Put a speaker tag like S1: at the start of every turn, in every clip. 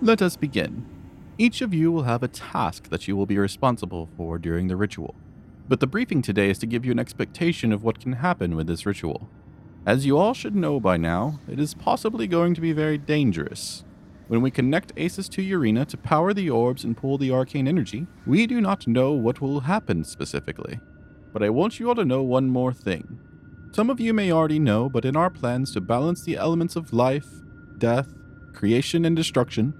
S1: Let us begin. Each of you will have a task that you will be responsible for during the ritual, but the briefing today is to give you an expectation of what can happen with this ritual. As you all should know by now, it is possibly going to be very dangerous. When we connect Aces to Urena to power the orbs and pull the arcane energy, we do not know what will happen specifically. But I want you all to know one more thing. Some of you may already know, but in our plans to balance the elements of life, death, creation, and destruction,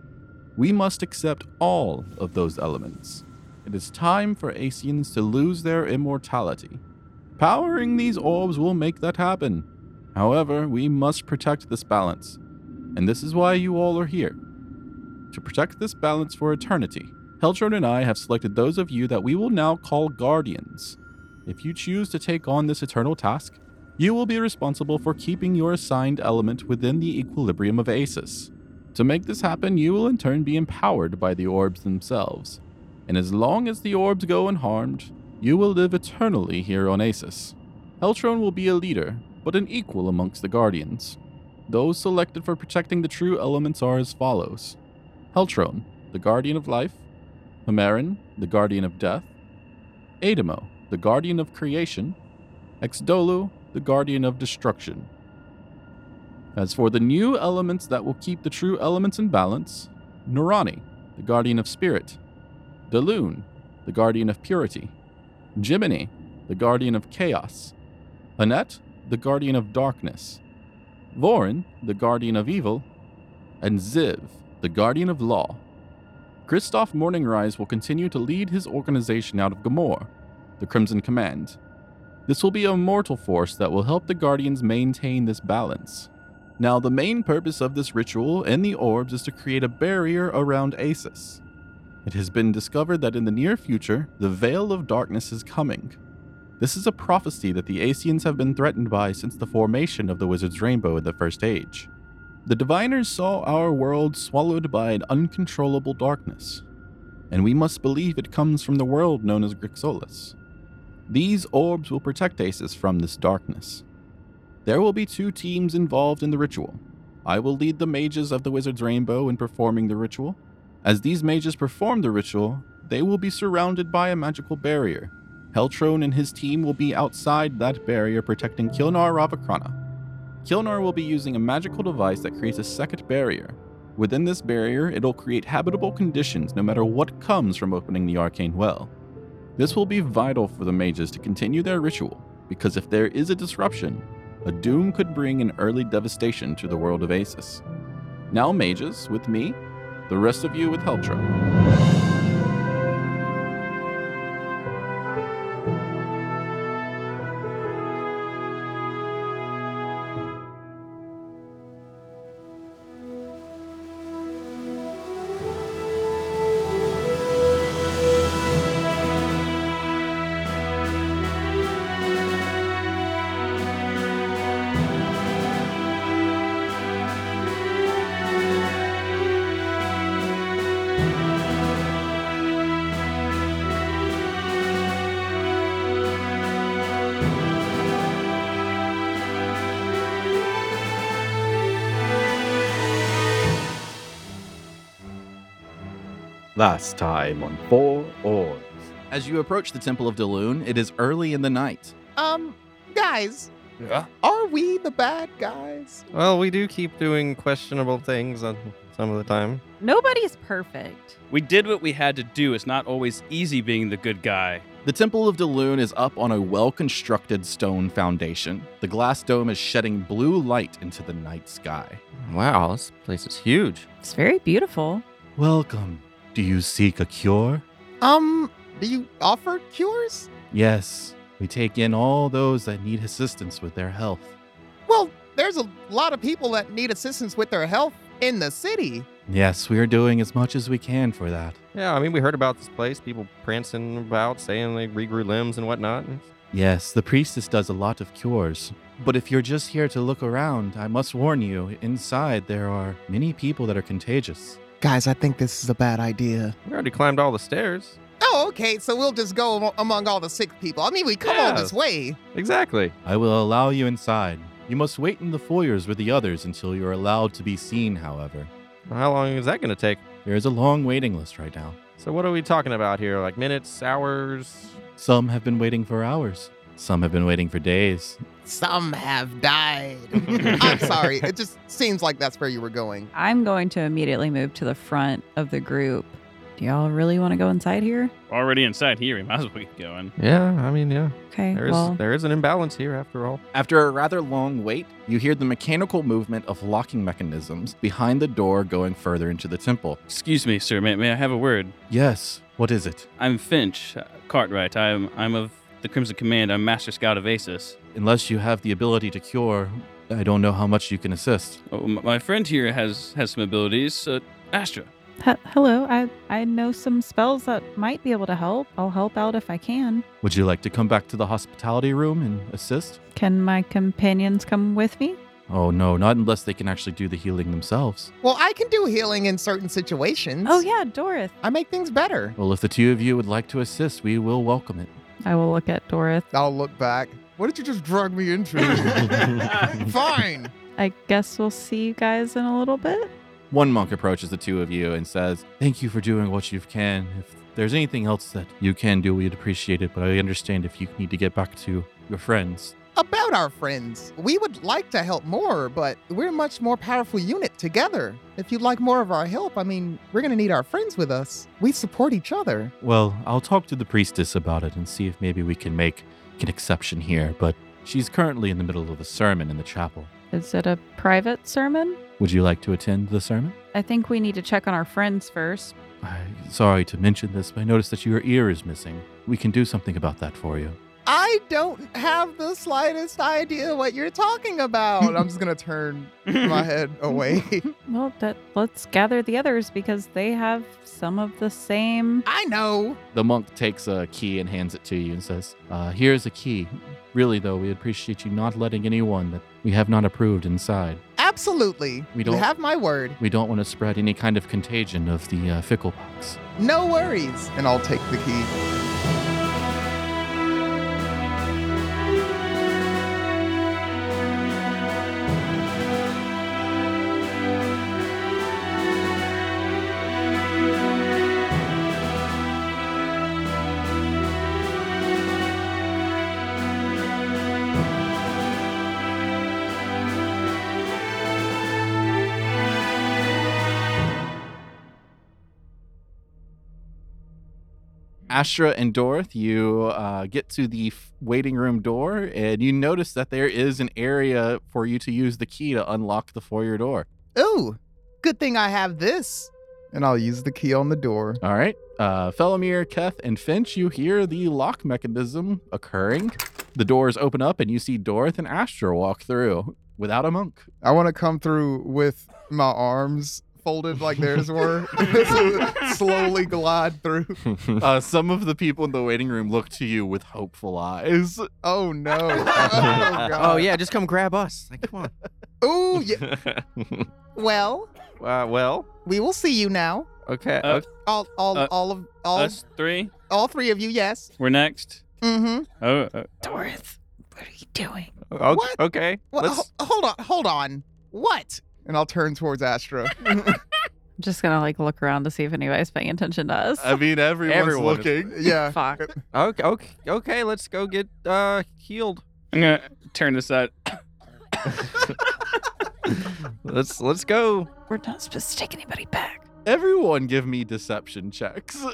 S1: we must accept all of those elements. It is time for Asians to lose their immortality. Powering these orbs will make that happen. However, we must protect this balance. And this is why you all are here. To protect this balance for eternity, Heltron and I have selected those of you that we will now call Guardians. If you choose to take on this eternal task, you will be responsible for keeping your assigned element within the equilibrium of Aces. To make this happen, you will in turn be empowered by the orbs themselves. And as long as the orbs go unharmed, you will live eternally here on Asus. Eltron will be a leader, but an equal amongst the Guardians. Those selected for protecting the true elements are as follows Heltron, the Guardian of Life, Hamarin, the Guardian of Death, Adamo, the Guardian of Creation, Exdolu, the Guardian of Destruction. As for the new elements that will keep the true elements in balance, Nurani, the Guardian of Spirit, Daloon, the Guardian of Purity, Jiminy, the Guardian of Chaos, Annette, the Guardian of Darkness, Vorin, the Guardian of Evil, and Ziv, the Guardian of Law. Christoph Morningrise will continue to lead his organization out of Gamor, the Crimson Command. This will be a mortal force that will help the Guardians maintain this balance. Now, the main purpose of this ritual and the orbs is to create a barrier around Asus. It has been discovered that in the near future, the Veil of Darkness is coming. This is a prophecy that the Asians have been threatened by since the formation of the Wizard's Rainbow in the First Age. The Diviners saw our world swallowed by an uncontrollable darkness, and we must believe it comes from the world known as Grixolis. These orbs will protect Asus from this darkness. There will be two teams involved in the ritual. I will lead the mages of the Wizard's Rainbow in performing the ritual. As these mages perform the ritual, they will be surrounded by a magical barrier. Heltron and his team will be outside that barrier protecting Kilnar Ravakrana. Kilnar will be using a magical device that creates a second barrier. Within this barrier, it'll create habitable conditions no matter what comes from opening the arcane well. This will be vital for the mages to continue their ritual, because if there is a disruption, a doom could bring an early devastation to the world of Asus. Now, mages, with me, the rest of you with Heltron.
S2: Last time on Four Orbs.
S1: As you approach the Temple of Daloon, it is early in the night.
S3: Um, guys,
S4: Yeah.
S3: are we the bad guys?
S5: Well, we do keep doing questionable things on some of the time.
S6: Nobody's perfect.
S4: We did what we had to do. It's not always easy being the good guy.
S1: The Temple of Daloon is up on a well constructed stone foundation. The glass dome is shedding blue light into the night sky.
S5: Wow, this place is huge.
S6: It's very beautiful.
S1: Welcome. Do you seek a cure?
S3: Um, do you offer cures?
S1: Yes, we take in all those that need assistance with their health.
S3: Well, there's a lot of people that need assistance with their health in the city.
S1: Yes, we are doing as much as we can for that.
S5: Yeah, I mean, we heard about this place, people prancing about, saying they regrew limbs and whatnot. It's-
S1: Yes, the priestess does a lot of cures. But if you're just here to look around, I must warn you inside there are many people that are contagious.
S3: Guys, I think this is a bad idea.
S5: We already climbed all the stairs.
S3: Oh, okay, so we'll just go am- among all the sick people. I mean, we come all
S5: Yeah.
S3: this way.
S5: Exactly.
S1: I will allow you inside. You must wait in the foyers with the others until you're allowed to be seen, however.
S5: How long is that going to take?
S1: There is a long waiting list right now.
S5: So what are we talking about here? Like minutes, hours?
S1: Some have been waiting for hours. Some have been waiting for days.
S7: Some have died. I'm sorry. It just seems like that's where you were going.
S6: I'm going to immediately move to the front of the group. Do y'all really want to go inside here?
S4: Already inside here, we might as well get going.
S5: Yeah, I mean, yeah.
S6: Okay.
S5: There is
S6: well,
S5: there is an imbalance here after all.
S1: After a rather long wait, you hear the mechanical movement of locking mechanisms behind the door going further into the temple.
S4: Excuse me, sir. May, may I have a word?
S1: Yes, what is it?
S4: I'm Finch uh, Cartwright. I'm I'm of the Crimson Command. I'm Master Scout of Asus.
S1: Unless you have the ability to cure, I don't know how much you can assist.
S4: Oh, m- my friend here has has some abilities. Uh, Astra.
S6: he- hello. I I know some spells that might be able to help. I'll help out if I can.
S1: Would you like to come back to the hospitality room and assist?
S6: Can my companions come with me?
S1: Oh no, not unless they can actually do the healing themselves.
S7: Well, I can do healing in certain situations.
S6: Oh yeah, Dorith.
S7: I make things better.
S1: Well, if the two of you would like to assist, we will welcome it.
S6: I will look at Dorith.
S7: I'll look back. What did you just drug me into? Fine.
S6: I guess we'll see you guys in a little bit.
S1: One monk approaches the two of you and says, Thank you for doing what you can. If there's anything else that you can do, we'd appreciate it, but I understand if you need to get back to your friends.
S7: About our friends, we would like to help more, but we're a much more powerful unit together. If you'd like more of our help, I mean, we're going to need our friends with us. We support each other.
S1: Well, I'll talk to the priestess about it and see if maybe we can make an exception here, but she's currently in the middle of a sermon in the chapel.
S6: Is it a private sermon?
S1: Would you like to attend the sermon?
S6: I think we need to check on our friends first.
S1: I'm sorry to mention this, but I noticed that your ear is missing. We can do something about that for you.
S7: I don't have the slightest idea what you're talking about. I'm just going to turn my head away.
S6: Mm-hmm. Well, that, let's gather the others because they have some of the same.
S7: I know.
S1: The monk takes a key and hands it to you and says, uh, Here's a key. Really, though, we appreciate you not letting anyone that we have not approved inside.
S7: Absolutely.
S1: We don't-
S7: You have my word.
S1: We don't want to spread any kind of contagion of the uh, fickle pox.
S7: No worries. And I'll take the key.
S1: Astra and Dorth, you uh, get to the f- waiting room door and you notice that there is an area for you to use the key to unlock the foyer door.
S7: Ooh, good thing I have this. And I'll use the key on the door.
S1: All right. Uh, Felomir, Keth, and Finch, you hear the lock mechanism occurring. The doors open up and you see Dorth and Astra walk through without a monk.
S8: I want to come through with my arms folded like theirs were, slowly glide through.
S1: Uh, some of the people in the waiting room look to you with hopeful eyes.
S8: Oh no! Oh, God.
S5: oh yeah, just come grab us. Like, come on.
S7: Ooh, Uh, Oh, yeah. well,
S5: uh, well,
S7: we will see you now.
S5: okay.
S4: Uh,
S5: okay.
S7: All, all,
S4: Uh,
S7: all of, all,
S4: Us three.
S7: all three of you. Yes.
S4: We're next.
S7: Mm-hmm.
S4: Oh, uh,
S6: Dorith, what are you doing?
S5: O-
S7: what?
S5: Okay.
S7: Well,
S5: Let's,
S7: ho- hold on, hold on. What?
S8: And I'll turn towards Astra.
S6: I'm just gonna like look around to see if anybody's paying attention to us.
S1: I mean, everyone's
S5: Everyone is-
S1: looking.
S8: yeah.
S6: Fuck.
S5: okay, okay. Okay. Let's go get uh healed.
S4: I'm gonna turn this out.
S5: Let's let's go.
S6: We're not supposed to take anybody back.
S1: Everyone give me deception checks.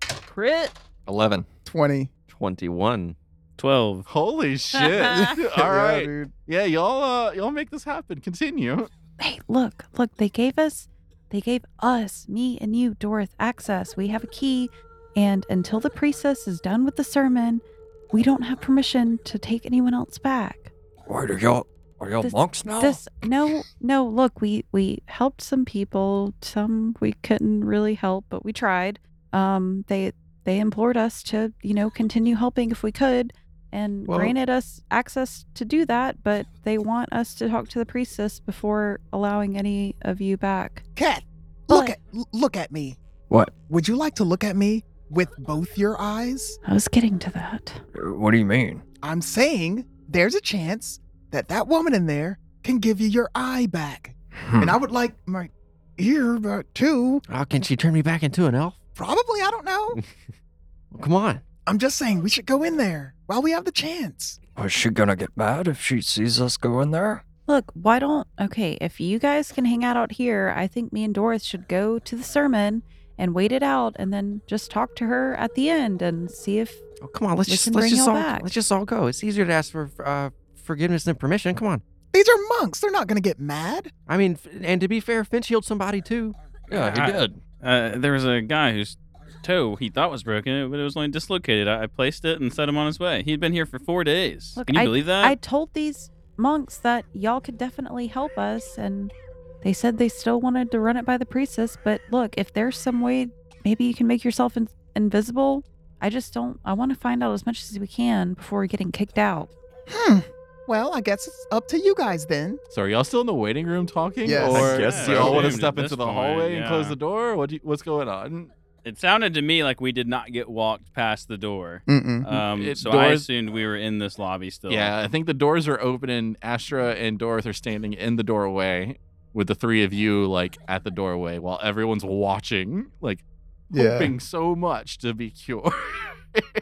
S6: Crit.
S9: 11.
S8: Twenty.
S5: Twenty-one.
S4: Twelve.
S1: Holy shit. All
S8: Yeah,
S1: right.
S8: dude.
S1: Yeah, y'all uh, y'all make this happen. Continue.
S6: Hey, look, look. They gave us, they gave us, me and you, Dorith, access. We have a key, and until the priestess is done with the sermon, we don't have permission to take anyone else back.
S9: What are y'all? Are y'all
S6: This-
S9: monks
S1: Oh.
S9: now?
S6: this no no look we we helped some people some we couldn't really help but we tried um they they implored us to you know continue helping if we could and
S5: Well-
S6: granted us access to do that but they want us to talk to the priestess before allowing any of you back
S7: Cat,
S6: What?
S7: look at, l- look at me.
S9: What?
S7: Would you like to look at me with both your eyes?
S6: i was getting to that
S9: What do you mean?
S7: I'm saying there's a chance that that woman in there can give you your eye back.
S3: And I would like my ear back too.
S5: Oh, can she turn me back into an elf?
S3: Probably, I don't know.
S5: Well, come on.
S3: I'm just saying we should go in there while we have the chance.
S9: Was she gonna get mad if she sees us go in there?
S6: Look, why don't okay, if you guys can hang out out here, I think me and Doris should go to the sermon and wait it out and then just talk to her at the end and see if
S5: Oh, come on. Let's
S6: We
S5: just
S6: can
S5: let's
S6: bring
S5: just
S6: y'all
S5: all
S6: back.
S5: let's just all go. It's easier to ask for uh, forgiveness than permission. Come on.
S3: These are monks. They're not going to get mad.
S5: I mean, f- and to be fair, Finch healed somebody too.
S4: Yeah, he I- did. Uh, there was a guy whose toe he thought was broken, but it was only dislocated. I, I placed it and set him on his way. He'd been here for four days.
S6: Look,
S4: Can you
S6: I-
S4: believe that?
S6: I told these monks that y'all could definitely help us and they said they still wanted to run it by the priestess, but look, if there's some way maybe you can make yourself in- invisible, I just don't I want to find out as much as we can before getting kicked out.
S3: Hmm. Well, I guess it's up to you guys then.
S1: So are y'all still in the waiting room talking?
S7: Yes.
S1: Or
S7: I guess
S1: do y'all
S7: so.
S1: want to
S4: Doomed
S1: step
S4: at this
S1: into the
S4: point,
S1: hallway and close
S4: yeah.
S1: the door? What do you, what's going on?
S4: it sounded to me like we did not get walked past the door.
S7: Mm-mm.
S4: Um,
S1: Mm-hmm. It-
S4: so I
S1: doors-
S4: assumed we were in this lobby still.
S1: Yeah, I think the doors are open and Astra and Dorothy are standing in the doorway with the three of you like at the doorway while everyone's watching, like
S7: Yeah.
S1: hoping so much to be cured.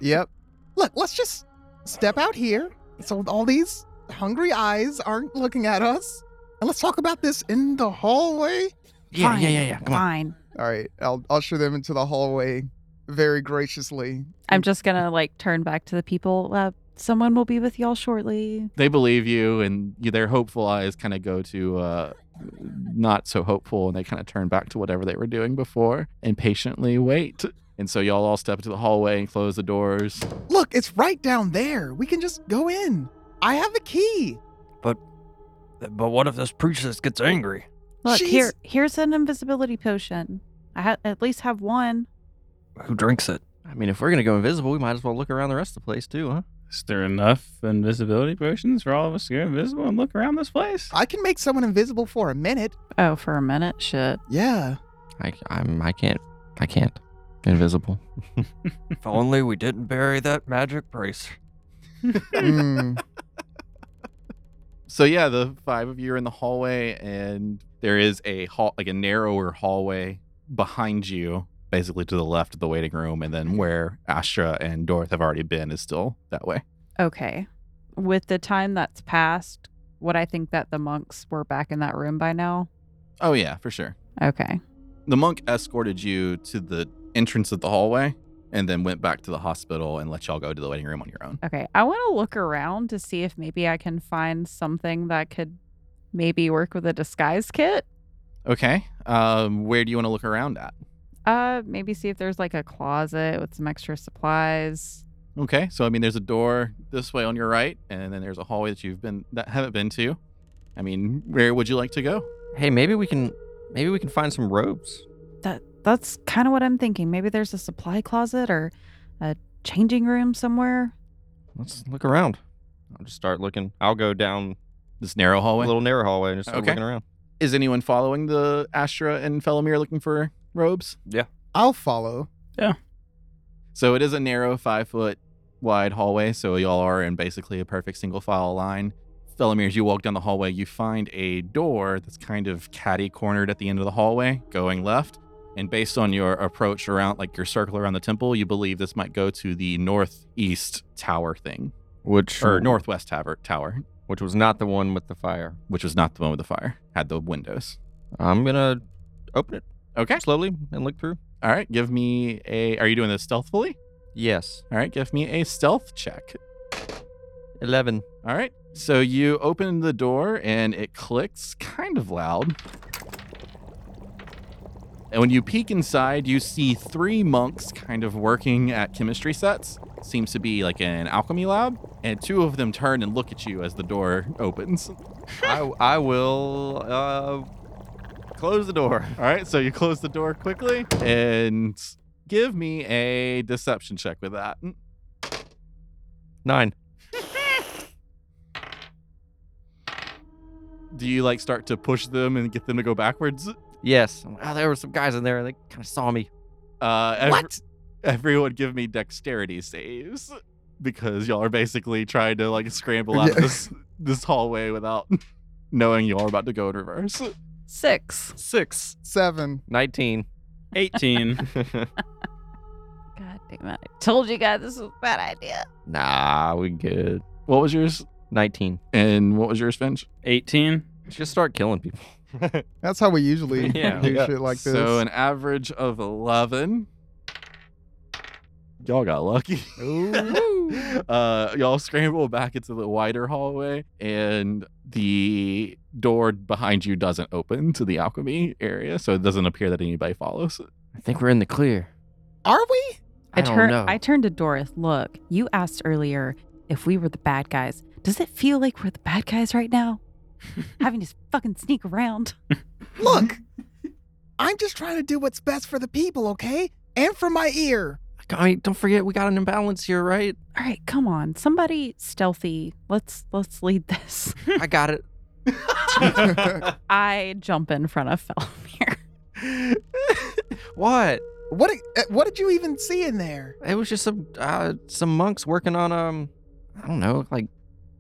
S7: Yep.
S3: Look, let's just step out here so all these hungry eyes aren't looking at us. And let's talk about this in the hallway.
S5: Yeah,
S6: Fine,
S5: yeah, yeah, yeah. Come on.
S6: Fine.
S7: All right. I'll usher them into the hallway very graciously.
S6: I'm just going to like turn back to the people. Uh, someone will be with y'all shortly.
S1: they believe you, and you, their hopeful eyes kind of go to uh, not so hopeful, and they kind of turn back to whatever they were doing before and patiently wait. And so y'all all step into the hallway and close the doors.
S3: Look, it's right down there. We can just go in. I have the key.
S9: But what if this priestess gets angry?
S6: Look, here
S3: Jeez.
S6: here's an invisibility potion. I ha- at least have one.
S9: Who drinks it?
S5: I mean, if we're gonna go invisible, we might as well look around the rest of the place too, huh?
S4: Is there enough invisibility potions for all of us to go invisible and look around this place?
S3: I can make someone invisible for a minute.
S6: Oh, for a minute, shit.
S3: Yeah.
S5: I I'm I can't I can't invisible.
S9: If only we didn't bury that magic priest.
S1: Hmm.
S3: Hmm.
S7: Mm.
S1: So yeah, the five of you are in the hallway, and there is a hall, like a narrower hallway behind you, basically to the left of the waiting room, and then where Astra and Dorth have already been is still that way.
S6: Okay. With the time that's passed, would I think that the monks were back in that room by now?
S1: Oh yeah, for sure.
S6: Okay.
S1: The monk escorted you to the entrance of the hallway, and then went back to the hospital and let y'all go to the waiting room on your own.
S6: Okay. I want to look around to see if maybe I can find something that could maybe work with a disguise kit.
S1: Okay. Um, where do you want to look around at?
S6: Uh, maybe see if there's like a closet with some extra supplies.
S1: Okay, so I mean, there's a door this way on your right, and then there's a hallway that you've been that haven't been to. I mean, where would you like to go?
S5: Hey, maybe we can maybe we can find some robes.
S6: That that's kind of what I'm thinking. Maybe there's a supply closet or a changing room somewhere.
S5: Let's look around.
S2: I'll just start looking.
S5: I'll go down
S1: This narrow
S5: a
S1: hallway.
S5: little narrow hallway and just start
S1: Okay.
S5: looking around.
S1: Is anyone following the Astra and Felomir looking for robes?
S7: I'll follow.
S1: So it is a narrow five foot wide hallway. So y'all are in basically a perfect single file line. Felomir, as you walk down the hallway, you find a door that's kind of catty cornered at the end of the hallway, going left. And based on your approach around, like your circle around the temple, you believe this might go to the northeast tower thing,
S2: Which
S1: or northwest tower, tower,
S5: Which was not the one with the fire.
S1: which was not the one with the fire, had the windows.
S5: I'm gonna open it
S1: Okay.
S5: slowly and look through.
S1: All right. Give me a. Are you doing this stealthfully?
S5: Yes.
S1: All right. Give me a stealth check.
S5: Eleven.
S1: All right. So you open the door and it clicks kind of loud. And when you peek inside, you see three monks kind of working at chemistry sets. Seems to be like an alchemy lab. And two of them turn and look at you as the door opens. All
S5: I I will uh close the door.
S1: right. So you close the door quickly and give me a deception check with that.
S5: Nine.
S1: Do you like start to push them and get them to go backwards?
S5: Yes. Oh, there were some guys in there. They kind of saw me.
S1: Uh, ev-
S3: What?
S1: Everyone give me dexterity saves because y'all are basically trying to like scramble out of
S7: Yeah.
S1: this this hallway without knowing y'all are about to go in reverse.
S6: Six.
S2: Six.
S7: Seven.
S5: 19.
S4: 18.
S6: God damn it. I told you guys this was a bad idea.
S5: nah, we good.
S1: What was yours?
S5: 19.
S1: And what was yours, Finch?
S4: 18?
S5: Just start killing people.
S7: That's how we usually
S4: Yeah.
S7: do
S5: Yeah.
S7: shit like this.
S1: So an average of 11. Y'all got lucky. uh, y'all scramble back into the wider hallway, and the door behind you doesn't open to the alchemy area, so it doesn't appear that anybody follows.
S2: I think we're in the clear.
S3: Are we?
S2: I don't
S6: turn-
S2: know.
S6: I turned to Doris. Look, you asked earlier if we were the bad guys. Does it feel like we're the bad guys right now? Having to s- fucking sneak around.
S3: Look, I'm just trying to do what's best for the people, okay? And for my ear.
S2: I, don't forget, we got an imbalance here, right?
S6: All right, come on. Somebody stealthy. Let's let's lead this.
S2: I got it.
S6: I jump in front of Felmir.
S2: What?
S3: What uh, what did you even see in there?
S2: It was just some uh, some monks working on um, I don't know, like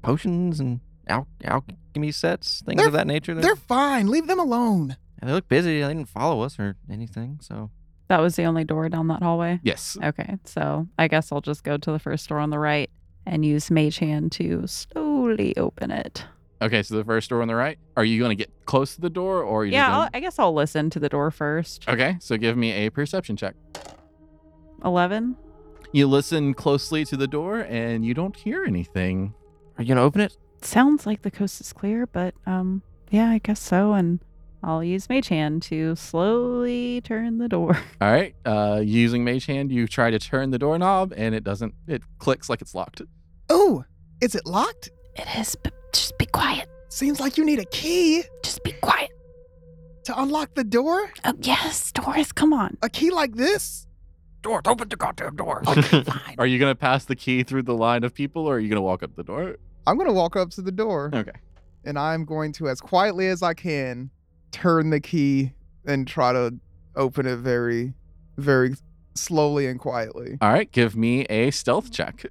S2: potions and al- alchemy sets, things
S3: They're-
S2: of that nature.
S3: They're fine. Leave them alone.
S2: And they look busy. They didn't follow us or anything. So
S6: That was the only door down that hallway.
S1: Yes.
S6: Okay, so I guess I'll just go to the first door on the right and use Mage Hand to slowly open it.
S1: Okay, so the first door on the right. Are you going to get close to the door, or are you just
S6: Yeah, I'll,
S1: gonna-
S6: I guess I'll listen to the door first.
S1: Okay, so give me a perception check.
S6: 11.
S1: You listen closely to the door, and you don't hear anything.
S2: are you gonna open it?
S6: Sounds like the coast is clear, but um, yeah, I guess so. And I'll use Mage Hand to slowly turn the door.
S1: All right. Uh, using Mage Hand, you try to turn the doorknob, and it doesn't. It clicks like it's locked.
S3: Oh, is it locked?
S6: It is, but just be quiet.
S3: Seems like you need a key
S6: Just be quiet.
S3: to unlock the door.
S6: Oh, yes, Doris, come on.
S3: A key like this?
S9: Doors, open the goddamn doors.
S3: Fine.
S1: Are you gonna pass the key through the line of people, or are you gonna walk up the door?
S7: I'm going to walk up to the door
S1: Okay.
S7: and I'm going to, as quietly as I can, turn the key and try to open it very, very slowly and quietly.
S1: All right. Give me a stealth check.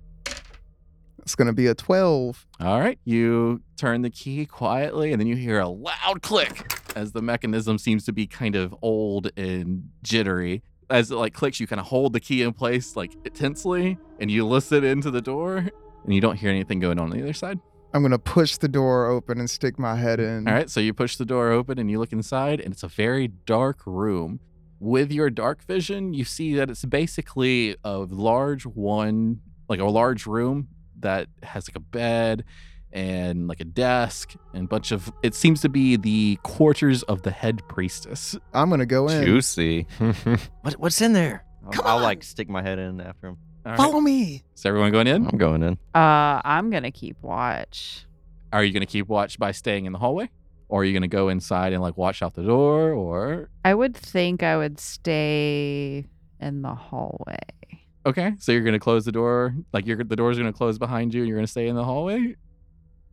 S7: It's going to be a 12.
S1: All right. You turn the key quietly, and then you hear a loud click as the mechanism seems to be kind of old and jittery. As it like clicks, you kind of hold the key in place like tensely, and you listen into the door, and you don't hear anything going on on the other side.
S7: I'm going to push the door open and stick my head in.
S1: All right, so you push the door open and you look inside, and it's a very dark room. With your dark vision, you see that it's basically a large one, like a large room that has like a bed and like a desk and a bunch of. It seems to be the quarters of the head priestess.
S7: I'm going to go in.
S5: Juicy.
S9: What, what's in there?
S5: I'll,
S3: Come
S5: I'll
S3: on.
S5: like stick my head in after him.
S1: All right,
S3: Follow me.
S1: Is everyone going in?
S5: I'm going in.
S6: Uh, I'm going to keep watch.
S1: Are you going to keep watch by staying in the hallway? Or are you going to go inside and like watch out the door? Or.
S6: I would think I would stay in the hallway.
S1: Okay, so you're gonna close the door, like you're the door's gonna close behind you, and you're gonna stay in the hallway.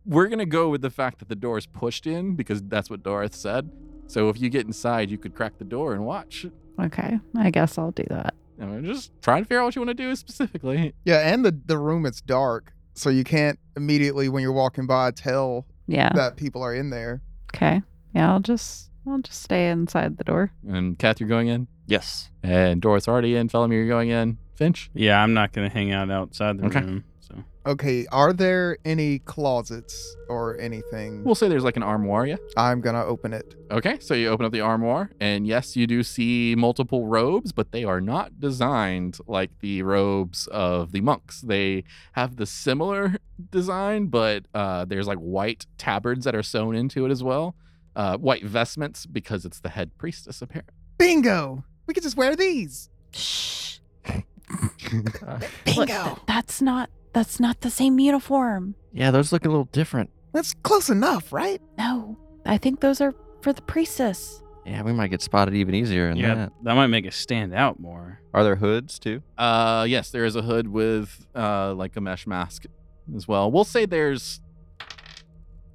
S1: We're gonna go with the fact that the door is pushed in because that's what Darth said. So if you get inside, you could crack the door and watch.
S6: Okay, I guess I'll do that.
S1: And we're just trying to figure out what you want to do specifically.
S7: Yeah, and the, the room is dark. So you can't immediately, when you're walking by, tell
S6: Yeah.
S7: that people are in there.
S6: Okay. Yeah, I'll just I'll just stay inside the door.
S1: And Kath, you're going in,
S9: Yes.
S1: and Dorot's already in. Felomir, you're going in. Finch,
S4: Yeah, I'm not going to hang out outside the
S1: Okay.
S4: room. So
S7: Okay, are there any closets or anything?
S1: we'll say there's like an armoire. Yeah.
S7: I'm going to open it.
S1: Okay, so you open up the armoire, and yes, you do see multiple robes, but they are not designed like the robes of the monks. They have the similar design, but uh, there's like white tabards that are sewn into it as well, uh, white vestments because it's the head priestess apparently.
S3: Bingo. We could just wear these.
S6: Shh.
S3: Bingo.
S6: Look, th- that's not that's not the same uniform.
S2: Yeah, those look a little different.
S3: That's close enough, right?
S6: No. I think those are for the priestess.
S2: Yeah, we might get spotted even easier in
S4: yeah,
S2: that.
S4: that might make it stand out more.
S5: Are there hoods too?
S1: Uh, yes, there is a hood with uh, like a mesh mask as well. We'll say there's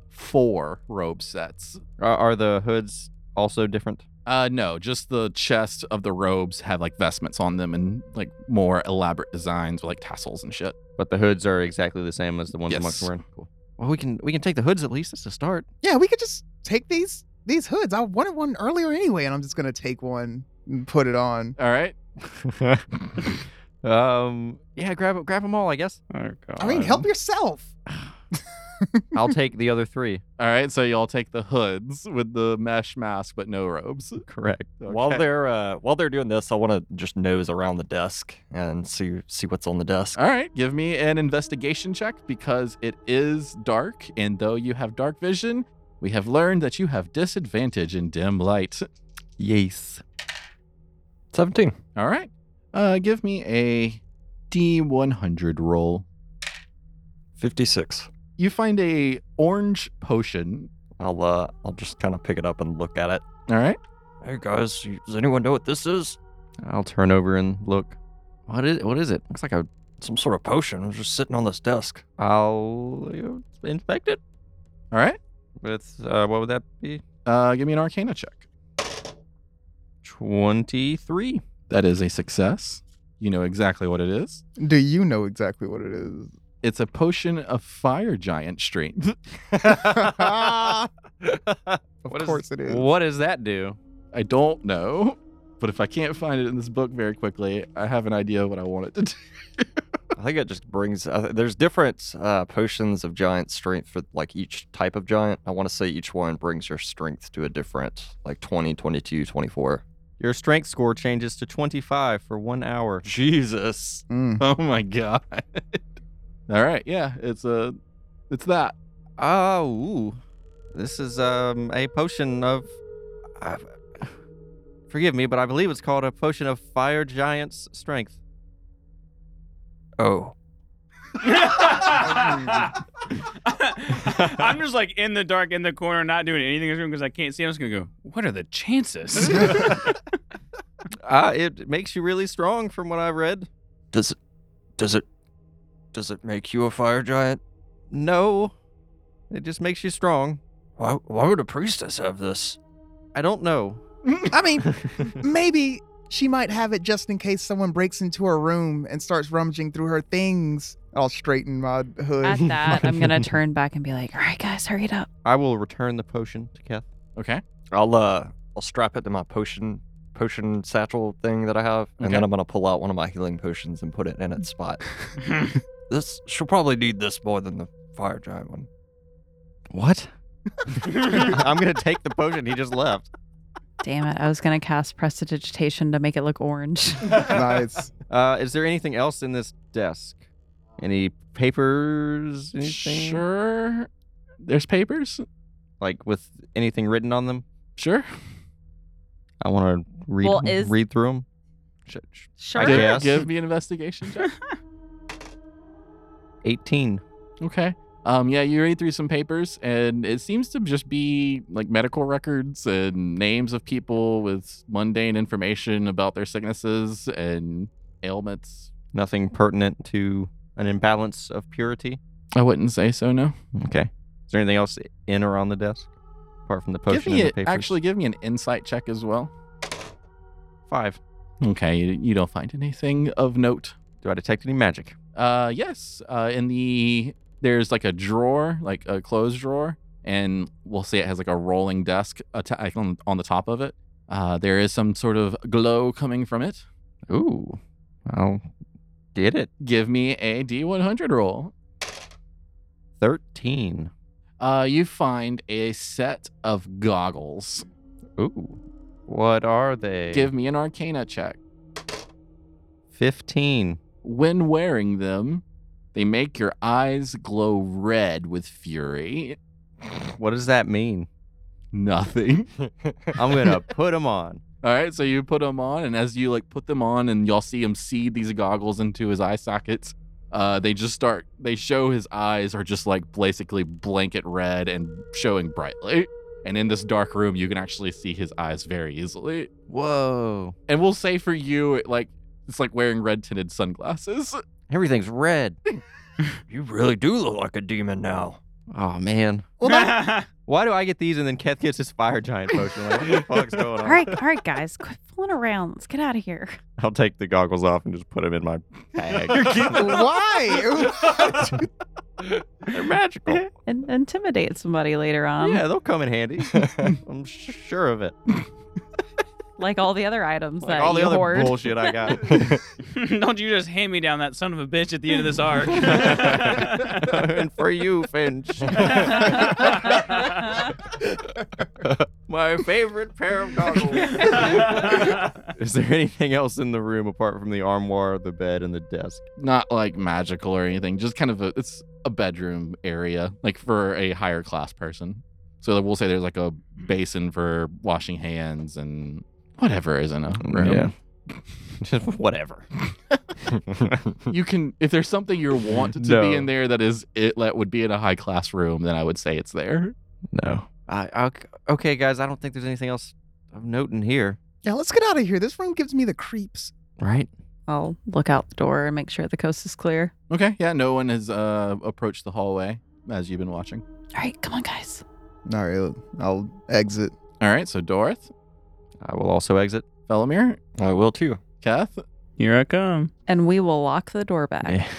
S1: four robe sets.
S5: Are, are the hoods also different?
S1: Uh, no, just the chest of the robes have like vestments on them and like more elaborate designs with like tassels and shit.
S5: But the hoods are exactly the same as the ones the monks
S1: Yes.
S5: were in. Cool.
S2: Well, we can we can take the hoods at least. That's a start.
S3: Yeah, we could just take these, these hoods. I wanted one earlier anyway, and I'm just gonna take one and put it on.
S5: All right. um. Yeah. Grab grab them all. I guess.
S4: Oh god.
S3: I mean,
S7: Um.
S3: help yourself.
S5: I'll take the other three.
S1: All right, so y'all take the hoods with the mesh mask but no robes.
S5: Correct.
S9: While they're uh, while they're doing this, I want to just nose around the desk and see see what's on the desk.
S1: All right, give me an investigation check because it is dark, and though you have dark vision, we have learned that you have disadvantage in dim light.
S2: Yes.
S9: Seventeen.
S1: All right, uh, give me a D100 roll.
S9: Fifty-six.
S1: You find a orange potion.
S9: I'll uh, I'll just kind of pick it up and look at it.
S1: All right,
S9: Hey guys, you- does anyone know what this is?
S2: I'll turn over and look. What is what is it? Looks like a
S9: Some sort of potion. It's just sitting on this desk.
S2: I'll uh, inspect it.
S1: all right.
S5: That's uh, what would that be?
S1: Uh, give me an Arcana check.
S5: Twenty-three.
S1: That is a success. You know exactly what it is.
S7: Do you know exactly what it is?
S1: It's a potion of fire giant strength.
S7: Of
S5: What is-
S7: course it is.
S5: What does that do?
S1: I don't know, but if I can't find it in this book very quickly, I have an idea what I want it to do.
S9: I think it just brings. I th- there's different uh, potions of giant strength for like each type of giant. I want to say each one brings your strength to a different, like 20, 22, 24.
S5: Your strength score changes to twenty-five for one hour.
S9: Jesus.
S7: Mm.
S1: Oh my god! All right, yeah, it's a, it's that.
S5: Oh, ooh. this is um a potion of. I forgive me, but I believe it's called a potion of fire giant's strength.
S9: Oh,
S4: I'm just like in the dark, in the corner, not doing anything in this room because I can't see. I'm just gonna go. What are the chances?
S5: Uh, it makes you really strong, from what I've read.
S9: does it? Does it? Does it make you a fire giant?
S5: No, it just makes you strong.
S9: Why? Why would a priestess have this?
S5: I don't know.
S3: I mean, maybe she might have it just in case someone breaks into her room and starts rummaging through her things.
S7: I'll straighten my hood.
S6: At that, I'm gonna turn back and be like, "All right, guys, hurry it up."
S5: I will return the potion to Keth.
S1: Okay,
S9: I'll uh, I'll strap it to my potion potion satchel thing that I have, and then
S1: Okay.
S9: I'm gonna pull out one of my healing potions and put it in its spot. Mm. this she'll probably need this more than the fire giant one.
S2: What?
S5: I'm gonna take the potion he just left.
S6: Damn it! I was gonna cast prestidigitation to make it look orange.
S7: nice.
S5: Uh, is there anything else in this desk? Any papers? Anything?
S1: sure. There's papers.
S5: Like with anything written on them?
S1: Sure.
S5: I want to read
S6: Well, is-
S5: read through them.
S6: Sure.
S5: I
S1: Give,
S5: guess.
S1: give me an investigation check.
S5: 18.
S1: okay. Um, yeah, you read through some papers, and it seems to just be like medical records and names of people with mundane information about their sicknesses and ailments.
S5: Nothing pertinent to an imbalance of purity.
S1: I wouldn't say so. No.
S5: Okay. Is there anything else in or on the desk apart from the potion
S1: Give me
S5: and
S1: a,
S5: the papers?
S1: actually give me an insight check as well.
S5: five.
S1: Okay, you, you don't find anything of note.
S5: Do I detect any magic?
S1: Uh, yes. Uh, in the there's like a drawer, like a closed drawer, and we'll say it has like a rolling desk atta- on on the top of it. Uh, there is some sort of glow coming from it.
S5: Ooh. Well, did it.
S1: Give me a D100 roll.
S5: 13.
S1: Uh, you find a set of goggles.
S5: Ooh. What are they?
S1: Give me an Arcana check.
S5: 15.
S1: When wearing them, they make your eyes glow red with fury.
S5: What does that mean?
S1: Nothing.
S5: I'm going to put them on.
S1: All right, so you put them on, and as you like put them on, and y'all see him seed these goggles into his eye sockets. Uh, they just start. They show his eyes are just like basically blanket red and showing brightly. And in this dark room, you can actually see his eyes very easily.
S5: Whoa.
S1: And we'll say for you, it, like it's like wearing red tinted sunglasses.
S5: Everything's red.
S9: You really do look like a demon now.
S5: Oh, man.
S3: Well, that,
S5: Why do I get these and then Keth gets his fire giant potion? Like, what the fuck's going
S6: All
S5: on?
S6: right, all right, guys, quit fooling around. Let's get out of here.
S5: I'll take the goggles off and just put them in my bag.
S7: Why?
S5: They're magical.
S6: And intimidate somebody later on,
S5: yeah, they'll come in handy. I'm sh- sure of it.
S6: like all the other items
S5: Like
S6: that
S5: all the
S6: you
S5: other
S6: hoard.
S5: bullshit I got.
S4: Don't you just hand me down that son of a bitch at the end of this arc.
S5: and for you, Finch, my favorite pair of goggles. Is there anything else in the room apart from the armoire, the bed, and the desk?
S10: Not like magical or anything, just kind of a it's a bedroom area, like for a higher class person. So we'll say there's like a basin for washing hands and whatever is in a
S1: Mm,
S10: room.
S5: Just whatever.
S10: You can if there's something you want to
S5: No.
S10: be in there that is it that would be in a high class room, then I would say it's there.
S5: No. I, I, okay, guys, I don't think there's anything else of note in here,
S7: yeah, let's get out of here. This room gives me the creeps.
S5: right?
S6: I'll look out the door and make sure the coast is clear.
S1: Okay, yeah, no one has uh, approached the hallway as you've been watching.
S6: All right, come on, guys.
S7: All right, I'll exit.
S1: All right, so Doroth,
S5: I will also exit.
S1: Felomir,
S9: I will too.
S1: Kath. All
S4: Here I come.
S6: And we will lock the door back.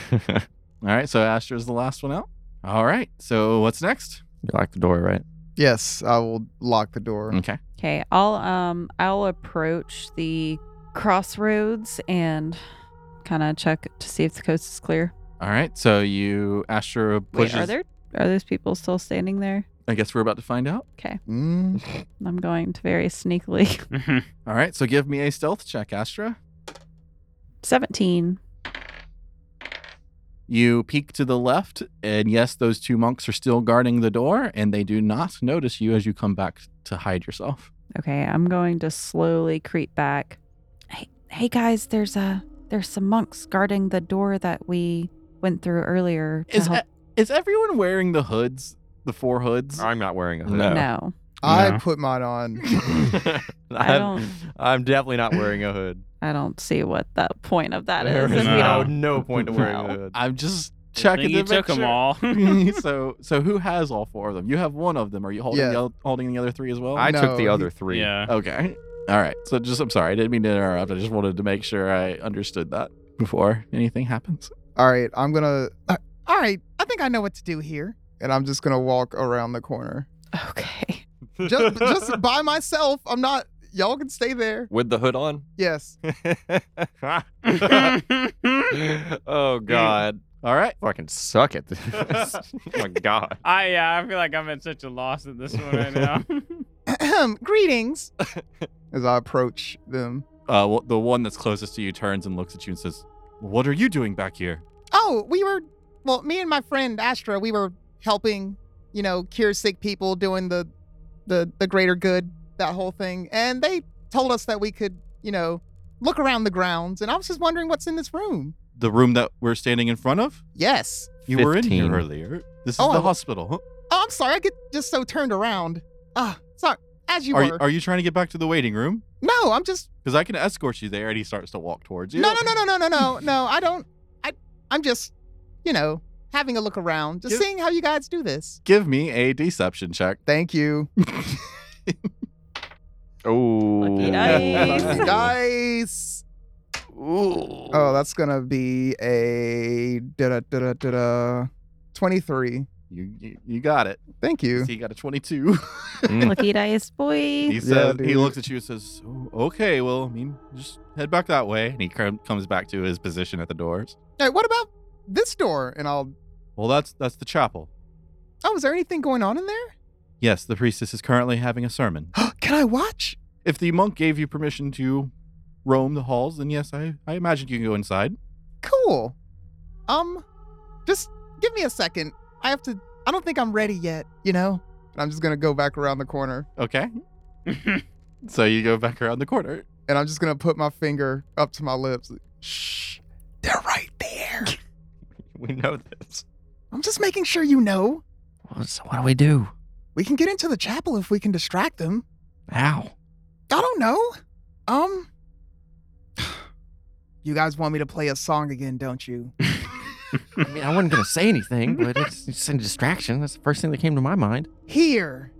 S1: right, so Astra's the last one out. All right, so what's next?
S5: You lock the door, right?
S7: Yes, I will lock the
S5: Mm.
S7: door.
S1: Okay.
S6: Okay, I'll um I'll approach the crossroads and kind of check to see if the coast is clear.
S1: All right, so you Astra
S6: Wait,
S1: pushes.
S6: are there are those people still standing there?
S1: I guess we're about to find out.
S7: Mm,
S6: I'm going to very sneakily.
S1: All right, so give me a stealth check, Astra.
S6: Seventeen.
S1: You peek to the left, and yes, those two monks are still guarding the door, and they do not notice you as you come back to hide yourself.
S6: Okay, I'm going to slowly creep back. Hey, hey guys, there's a there's some monks guarding the door that we went through earlier. To
S1: Is e,
S6: help.
S1: Is everyone wearing the hoods, the four hoods?
S5: I'm not wearing a hood.
S9: No.
S6: no.
S7: I
S4: No.
S7: put mine on.
S6: I
S5: I'm,
S6: don't-
S5: I'm definitely not wearing a hood.
S6: I don't see what the point of that
S5: There
S6: is.
S5: is
S6: if we
S5: no,
S6: don't-
S5: no point to wearing a
S6: No.
S5: hood.
S1: I'm just
S4: Checking
S1: checking
S4: you
S1: to
S4: took
S1: make
S4: them all.
S1: sure. so, so who has all four of them? You have one of them. Are you holding
S7: Yeah.
S1: the oth- holding the other three as well?
S5: I took
S7: No,
S5: the
S7: he-
S5: other three.
S4: yeah.
S1: okay. All right. So, just I'm sorry. I didn't mean to interrupt. I just wanted to make sure I understood that before anything happens.
S7: All right, I'm gonna,
S3: uh, All right, I think I know what to do here.
S7: and I'm just gonna walk around the corner
S6: Okay.
S7: just, just by myself. I'm not. Y'all can stay there.
S9: With the hood on?
S7: Yes.
S9: oh God.
S1: All right.
S5: Fucking suck at this. oh my god.
S4: I yeah, I feel like I'm at such a loss at this one right now.
S7: Greetings. As I approach them.
S1: Uh, well, the one that's closest to you turns and looks at you and says, "What are you doing back here?"
S3: Oh, we were, well, me and my friend Astra, we were helping, you know, cure sick people, doing the, the, the greater good, that whole thing, and they told us that we could, you know, look around the grounds, and I was just wondering what's in this room.
S1: The room that we're standing in front of.
S3: Yes.
S1: You were in here
S5: 15.
S1: earlier. This is
S3: Oh,
S1: the
S3: I-
S1: hospital.
S3: Oh, I'm sorry, I get just so turned around. Ah, sorry. As you
S1: Are you,
S3: were.
S1: are you trying to get back to the waiting room?
S3: no, I'm just
S1: Because I can escort you there. And he starts to walk towards you.
S3: No, no, no, no, no, no, no, no. I don't. I, I'm just, you know, having a look around, just
S1: Give-
S3: seeing how you guys do this.
S1: Give me a deception check.
S7: Thank you.
S5: Oh.
S6: Lucky dice.
S7: Lucky dice. Oh, that's gonna be a da da da da da twenty-three.
S1: You you, you got it.
S7: Thank you.
S1: He got a twenty-two.
S6: Lucky dice boy.
S1: he says he
S7: dude.
S1: looks at you and says, "Oh, "Okay, well, I mean, just head back that way." And he cur- comes back to his position at the doors.
S7: Hey, what about this door? And I'll.
S1: Well, that's that's the chapel.
S7: Oh, is there anything going on in there?
S1: Yes, the priestess is currently having a sermon.
S7: Can I watch?
S1: if the monk gave you permission to roam the halls, then yes, I, I imagine you can go inside.
S7: Cool. Um, just give me a second. I have to. I don't think I'm ready yet. You know. And I'm just gonna go back around the corner,
S1: Okay. so you go back around the corner.
S7: and I'm just gonna put my finger up to my lips. Shh, they're right there.
S5: we know this.
S7: I'm just making sure you know.
S2: What's- what do we do?
S7: We can get into the chapel if we can distract them.
S2: How?
S7: I don't know. Um, you guys want me to play a song again, don't you?
S2: I mean, I wasn't gonna say anything, but it's, it's a distraction. That's the first thing that came to my mind.
S7: Here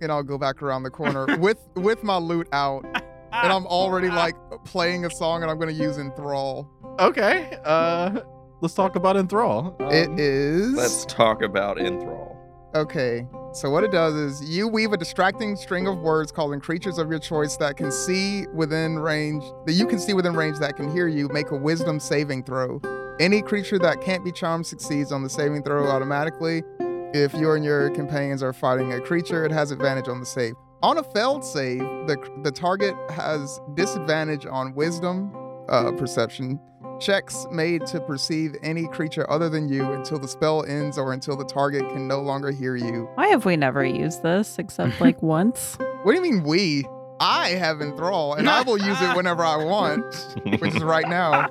S7: and I'll go back around the corner with with my loot out, and I'm already like playing a song, and I'm gonna use enthrall.
S1: Okay. Uh, let's talk about Um, enthrall.
S7: it is
S5: Let's talk about enthrall.
S7: Okay. So what it does is you weave a distracting string of words calling creatures of your choice that can see within range that you can see within range that can hear you make a wisdom saving throw. Any creature that can't be charmed succeeds on the saving throw automatically. If you and your companions are fighting a creature, it has advantage on the save. On a failed save, the the target has disadvantage on wisdom, uh, perception, Checks made to perceive any creature other than you until the spell ends or until the target can no longer hear you.
S6: Why have we never used this except like once?
S7: What do you mean we? I have enthrall, and I will use it whenever I want, which is right now.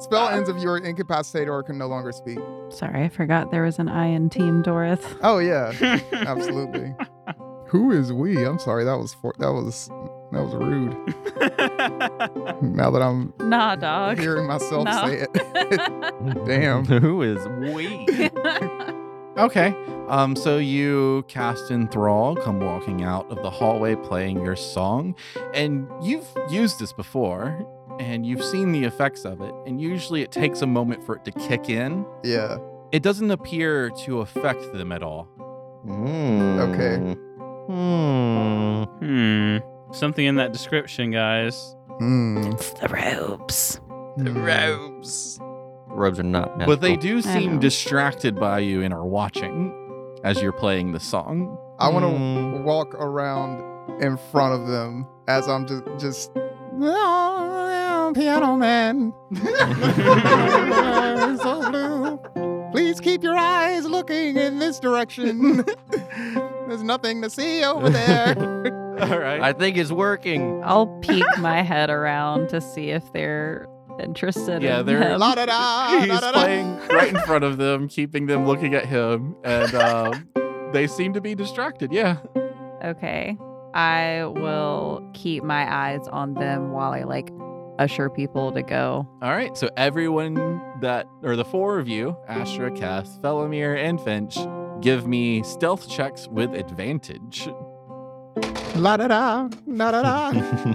S7: Spell ends if you are incapacitated or can no longer speak.
S6: Sorry, I forgot there was an I in Team Dorith.
S7: Oh yeah, absolutely. Who is we? I'm sorry, that was for, that was that was rude. Now that I'm
S6: Nah, dog.
S7: hearing myself
S6: No.
S7: say it, damn.
S9: Who is we?
S1: Okay. Um, so you cast enthrall, come walking out of the hallway playing your song, and you've used this before, and you've seen the effects of it, and usually it takes a moment for it to kick in.
S7: Yeah.
S1: It doesn't appear to affect them at all.
S7: Okay.
S9: Hmm.
S4: Hmm. Something in that description, guys.
S7: Mm.
S6: It's the robes.
S5: Robes.
S2: Robes are not
S1: But they do seem
S6: know.
S1: distracted by you and are watching as you're playing the song.
S7: I want to
S5: Hmm.
S7: walk around in front of them as I'm just just "Oh, piano man. so blue. Please keep your eyes looking in this direction. There's nothing to see over there.
S1: All right.
S5: I think it's working.
S6: I'll peek my head around to see if they're interested
S1: Yeah,
S6: in
S1: they're-
S6: him.
S7: La da da.
S1: He's
S7: Ah, da da da.
S1: playing right in front of them, keeping them looking at him, and um, they seem to be distracted. Yeah.
S6: Okay. I will keep my eyes on them while I like usher people to go.
S1: All right. So everyone that, or the four of you, Astra, Cass, Felomir, and Finch, give me stealth checks with advantage.
S7: La da da. La da da.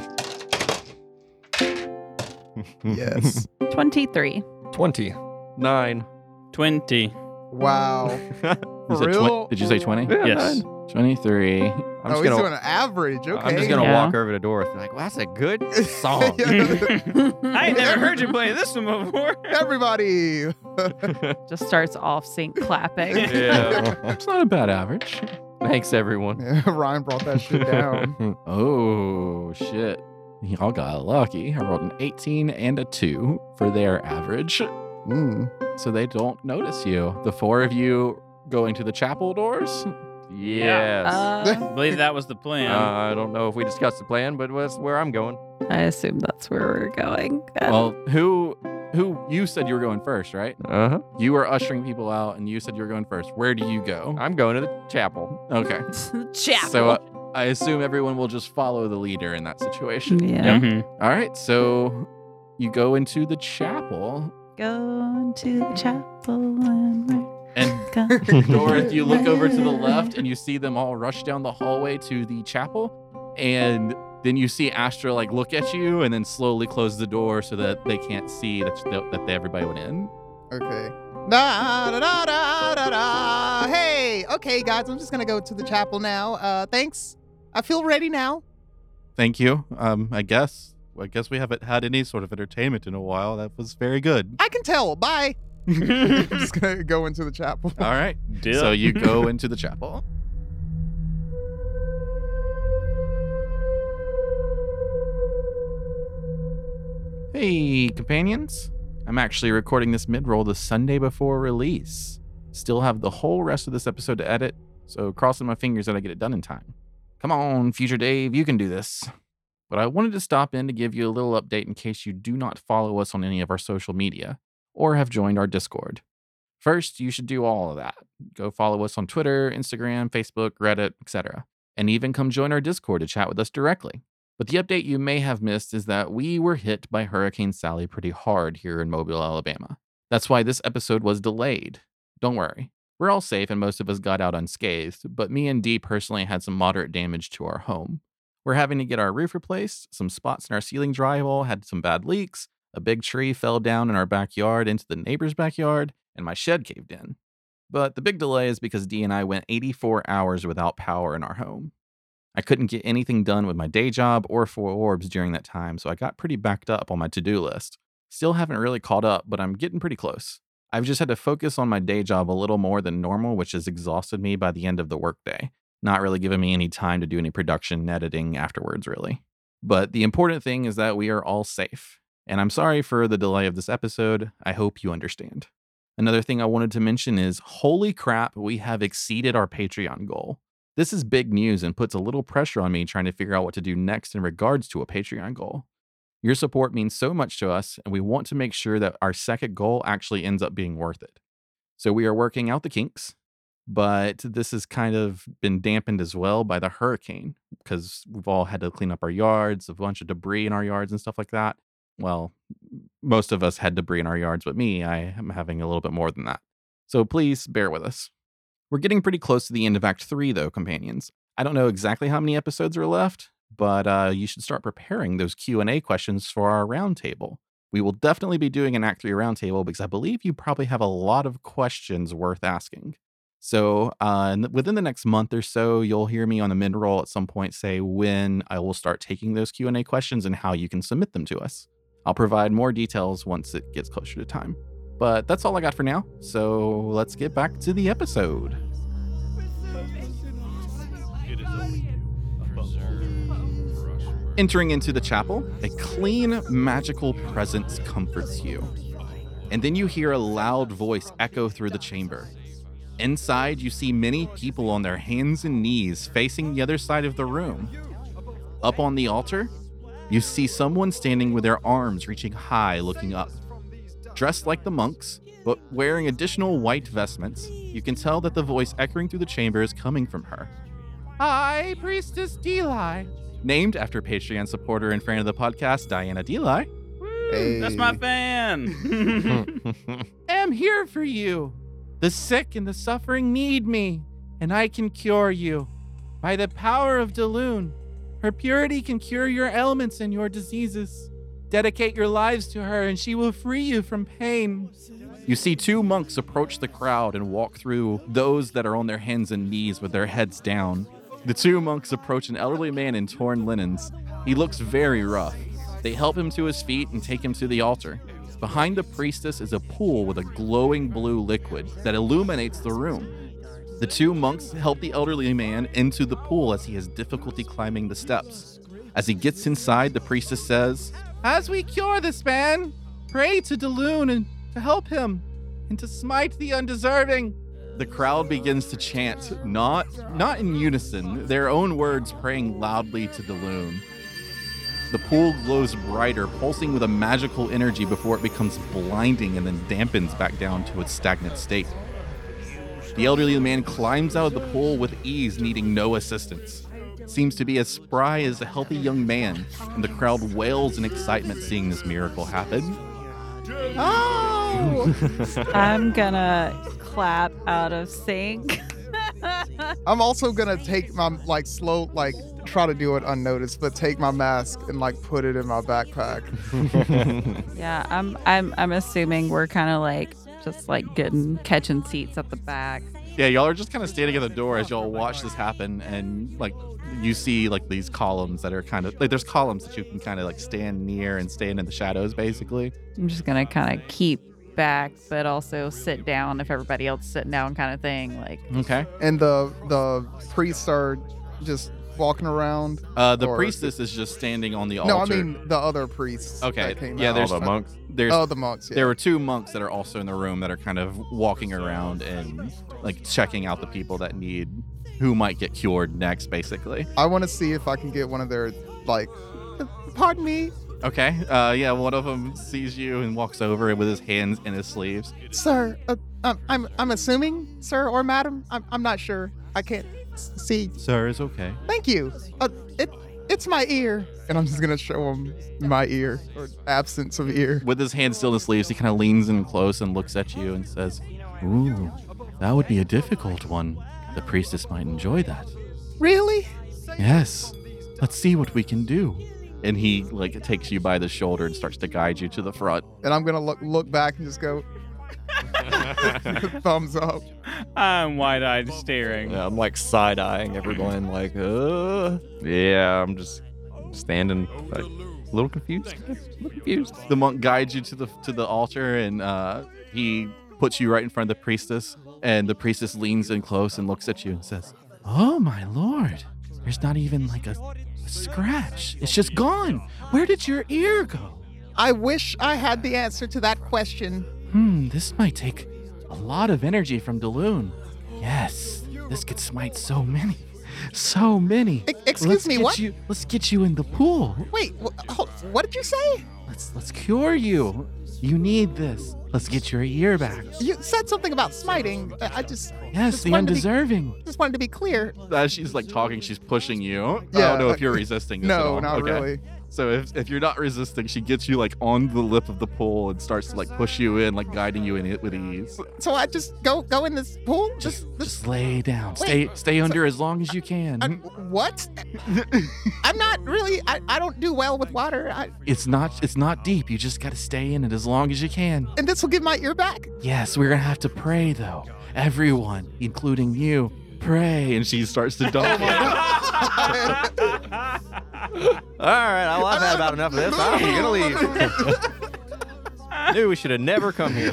S7: Yes.
S6: 23.
S9: 20.
S5: Nine.
S4: 20.
S7: Wow.
S1: You
S7: For
S1: said twen-
S7: real?
S1: did you say 20?
S4: yes.
S1: 23.
S5: I'm
S7: oh,
S5: just
S7: he's
S5: gonna.
S7: doing an average. Okay.
S5: I'm just gonna
S6: Yeah.
S5: walk over to Dorothy. Like, well, that's a good song.
S4: I ain't never heard you play this one before.
S7: Everybody.
S6: Just starts off sync clapping.
S1: It's not a bad average.
S5: Thanks, everyone.
S7: Yeah, Ryan brought that shit down.
S1: Oh, shit. Y'all got lucky. I rolled an 18 and a 2 for their average.
S7: Mm.
S1: So they don't notice you. The four of you going to the chapel doors?
S5: Yes.
S6: Uh,
S4: I believe that was the plan.
S5: Uh, I don't know if we discussed the plan, but that's where I'm going.
S6: I assume that's where we're going. Uh,
S1: Well, who who you said you were going first, right?
S5: Uh huh.
S1: You were ushering people out, and you said you were going first. Where do you go?
S5: I'm going to the chapel.
S1: Okay.
S6: chapel.
S1: So uh, I assume everyone will just follow the leader in that situation.
S6: yeah.
S4: Mhm.
S1: All right. So you go into the chapel,
S6: Going to the chapel and we're
S1: and
S6: going.
S1: Dorothy, you look over to the left, and you see them all rush down the hallway to the chapel, and then you see Astra like look at you, and then slowly close the door so that they can't see that that everybody went in.
S7: Okay. Da, da, da, da, da, da. Hey, okay, guys, I'm just gonna go to the chapel now. Uh, thanks. I feel ready now.
S1: Thank you. Um, I guess I guess we haven't had any sort of entertainment in a while. That was very good.
S7: I can tell. Bye. I'm just gonna go into the chapel.
S1: All right.
S4: Dip.
S1: So you go into the chapel. Hey, companions. I'm actually recording this mid roll the Sunday before release. Still have the whole rest of this episode to edit, so crossing my fingers that I get it done in time. Come on, future Dave, you can do this. But I wanted to stop in to give you a little update in case you do not follow us on any of our social media or have joined our Discord. First, you should do all of that. Go follow us on Twitter, Instagram, Facebook, Reddit, etc. And even come join our Discord to chat with us directly. But the update you may have missed is that we were hit by Hurricane Sally pretty hard here in Mobile, Alabama. That's why this episode was delayed. Don't worry. We're all safe and most of us got out unscathed, but me and Dee personally had some moderate damage to our home. We're having to get our roof replaced, some spots in our ceiling drywall had some bad leaks, a big tree fell down in our backyard into the neighbor's backyard, and my shed caved in. But the big delay is because Dee and I went 84 hours without power in our home. I couldn't get anything done with my day job or four orbs during that time, so I got pretty backed up on my to do list. Still haven't really caught up, but I'm getting pretty close. I've just had to focus on my day job a little more than normal, which has exhausted me by the end of the workday, not really giving me any time to do any production editing afterwards, really. But the important thing is that we are all safe. And I'm sorry for the delay of this episode. I hope you understand. Another thing I wanted to mention is holy crap, we have exceeded our Patreon goal. This is big news and puts a little pressure on me trying to figure out what to do next in regards to a Patreon goal. Your support means so much to us, and we want to make sure that our second goal actually ends up being worth it. So we are working out the kinks, but this has kind of been dampened as well by the hurricane because we've all had to clean up our yards, a bunch of debris in our yards and stuff like that. Well, most of us had debris in our yards, but me, I am having a little bit more than that. So please bear with us. We're getting pretty close to the end of Act 3, though, companions. I don't know exactly how many episodes are left, but uh, you should start preparing those Q&A questions for our roundtable. We will definitely be doing an Act 3 roundtable because I believe you probably have a lot of questions worth asking. So uh, n- within the next month or so, you'll hear me on the mid-roll at some point say when I will start taking those Q&A questions and how you can submit them to us. I'll provide more details once it gets closer to time. But that's all I got for now. So let's get back to the episode. Entering into the chapel, a clean, magical presence comforts you. And then you hear a loud voice echo through the chamber. Inside, you see many people on their hands and knees facing the other side of the room. Up on the altar, you see someone standing with their arms reaching high, looking up. Dressed like the monks, but wearing additional white vestments, you can tell that the voice echoing through the chamber is coming from her. I, Priestess Deli, named after Patreon supporter and friend of the podcast, Diana Deli,
S4: Woo, That's my
S7: Hey.
S4: fan.
S1: am here for you. The sick and the suffering need me, and I can cure you. By the power of Delune, her purity can cure your ailments and your diseases. Dedicate your lives to her, and she will free you from pain. You see two monks approach the crowd and walk through those that are on their hands and knees with their heads down. The two monks approach an elderly man in torn linens. He looks very rough. They help him to his feet and take him to the altar. Behind the priestess is a pool with a glowing blue liquid that illuminates the room. The two monks help the elderly man into the pool as he has difficulty climbing the steps. As he gets inside, the priestess says, As we cure this man, pray to Delune and to help him and to smite the undeserving. The crowd begins to chant, not not in unison, their own words praying loudly to Delune. The pool glows brighter, pulsing with a magical energy before it becomes blinding and then dampens back down to its stagnant state. The elderly man climbs out of the pool with ease, needing no assistance. Seems to be as spry as a healthy young man, and the crowd wails in excitement seeing this miracle happen.
S11: Oh,
S6: I'm gonna clap out of sync.
S7: I'm also gonna take my like slow like try to do it unnoticed, but take my mask and like put it in my backpack.
S6: Yeah, I'm I'm I'm assuming we're kind of like just like getting catching seats at the back.
S1: Yeah, y'all are just kind of standing at the door as y'all watch this happen, and like you see like these columns that are kind of like there's columns that you can kind of like stand near and stand in the shadows, basically.
S6: I'm just gonna kind of keep back, but also sit down if everybody else is sitting down, kind of thing. Like
S1: Okay.
S7: And the the priests are just walking around.
S1: Uh, the
S7: Or-
S1: priestess is just standing on the altar.
S7: No, I mean the other priests.
S1: Okay,
S7: That came
S1: yeah,
S7: out.
S1: there's-
S5: All the monks.
S1: there's
S7: Oh, the monks. Yeah.
S1: there were two monks that are also in the room that are kind of walking around and like checking out the people that need who might get cured next, basically.
S7: I want to see if I can get one of their like. Pardon me,
S1: Okay. Uh, yeah, one of them sees you and walks over with his hands in his sleeves.
S7: sir. Uh, um, I'm I'm assuming, sir or madam. I'm I'm not sure. I can't s- see.
S1: Sir, is okay.
S7: Thank you. Uh, it it's my ear, and I'm just gonna show him my ear or absence of ear.
S1: With his hand still in his sleeves, he kind of leans in close and looks at you and says, Ooh,
S12: That would be a difficult one. The priestess might enjoy that.
S7: Really?
S12: Yes. Let's see what we can do. And he like takes you by the shoulder and starts to guide you to the front.
S13: And I'm gonna look look back and just go thumbs up.
S4: I'm wide eyed staring.
S14: Yeah, I'm like side eyeing everyone, like, uh.
S15: Yeah, I'm just standing like, a little confused. A little confused.
S12: The monk guides you to the to the altar and uh, he puts you right in front of the priestess. And the priestess leans in close and looks at you and says, "Oh my lord, there's not even like a, a scratch. It's just gone. Where did your ear go?
S7: I wish I had the answer to that question.
S12: Hmm, this might take a lot of energy from Daloon. Yes, this could smite so many." So many.
S7: E- excuse
S12: Let's
S7: me,
S12: get
S7: what?
S12: You, let's get you in the pool.
S7: Wait, wh- hold, what did you say?
S12: Let's let's cure you. You need this. Let's get your ear back.
S7: You said something about smiting. I I just
S12: Yes,
S7: Just
S12: the
S7: wanted to be-
S12: undeserving.
S7: just wanted to be clear.
S1: As she's like talking, she's pushing you. I
S13: Yeah.
S1: don't know if you're resisting this at
S13: No,
S1: all.
S13: not
S1: Okay.
S13: really.
S1: So if, if you're not resisting, she gets you like on the lip of the pool and starts to like push you in, like guiding you in it with ease.
S7: So I just go go in this pool. Just,
S12: Just
S7: this,
S12: just lay down. Stay stay under as long as you
S7: I-
S12: can.
S13: Mm-hmm.
S7: what? I'm not really. I, I don't do well with water. I,
S12: It's not it's not deep. You just gotta stay in it as long as you can.
S7: and this will give my ear back.
S12: Yes, we're gonna have to pray though. Everyone, including you, pray. And she starts to dump.
S5: All right, well, I've had about enough of this. I'm gonna leave. Knew we should have never come here.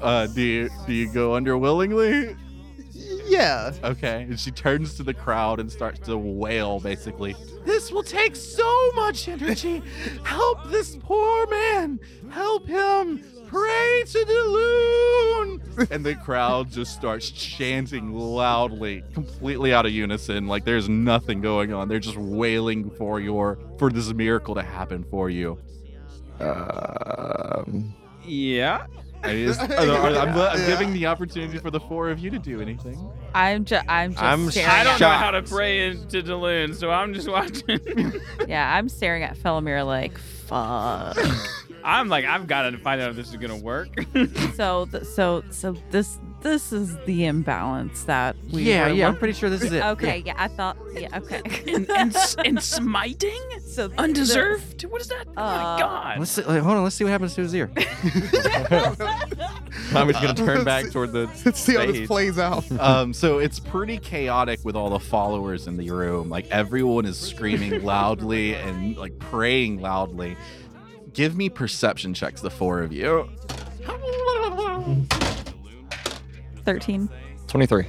S1: Uh, do you do you go under willingly?
S13: Yeah.
S1: Okay. And she turns to the crowd and starts to wail basically.
S12: This will take so much energy. Help this poor man. Help him. Pray to the loon.
S1: and the crowd just starts chanting loudly, completely out of unison. Like there's nothing going on. They're just wailing for your for this miracle to happen for you.
S14: Um,
S4: Yeah.
S1: I mean, it's- I don't- I'm, I'm giving the opportunity for the four of you to do anything.
S2: I'm just, I'm just
S5: I'm
S2: staring.
S4: I don't
S2: at,
S4: know how to pray into Daloon, so I'm just watching.
S2: yeah, I'm staring at Felomir like, fuck.
S4: I'm like, I've got to find out if this is gonna work.
S2: so, th- so, so this, this is the imbalance that we.
S5: yeah,
S2: were
S5: yeah, I'm
S2: look-
S5: pretty sure this is it.
S2: Okay, yeah, I thought, yeah, okay.
S16: and, and, s- and smiting?
S2: so th-
S16: Undeserved? What is that? oh
S2: Uh,
S16: my
S5: Yeah.
S16: god.
S5: Let's see, like, hold on. Let's see what happens to his ear.
S14: I'm just gonna turn back toward the.
S13: Let's see how this
S14: stage.
S13: plays out.
S1: um, so it's pretty chaotic with all the followers in the room. Like everyone is screaming loudly and like praying loudly. Give me perception checks, the four of you.
S6: 13.
S14: 23.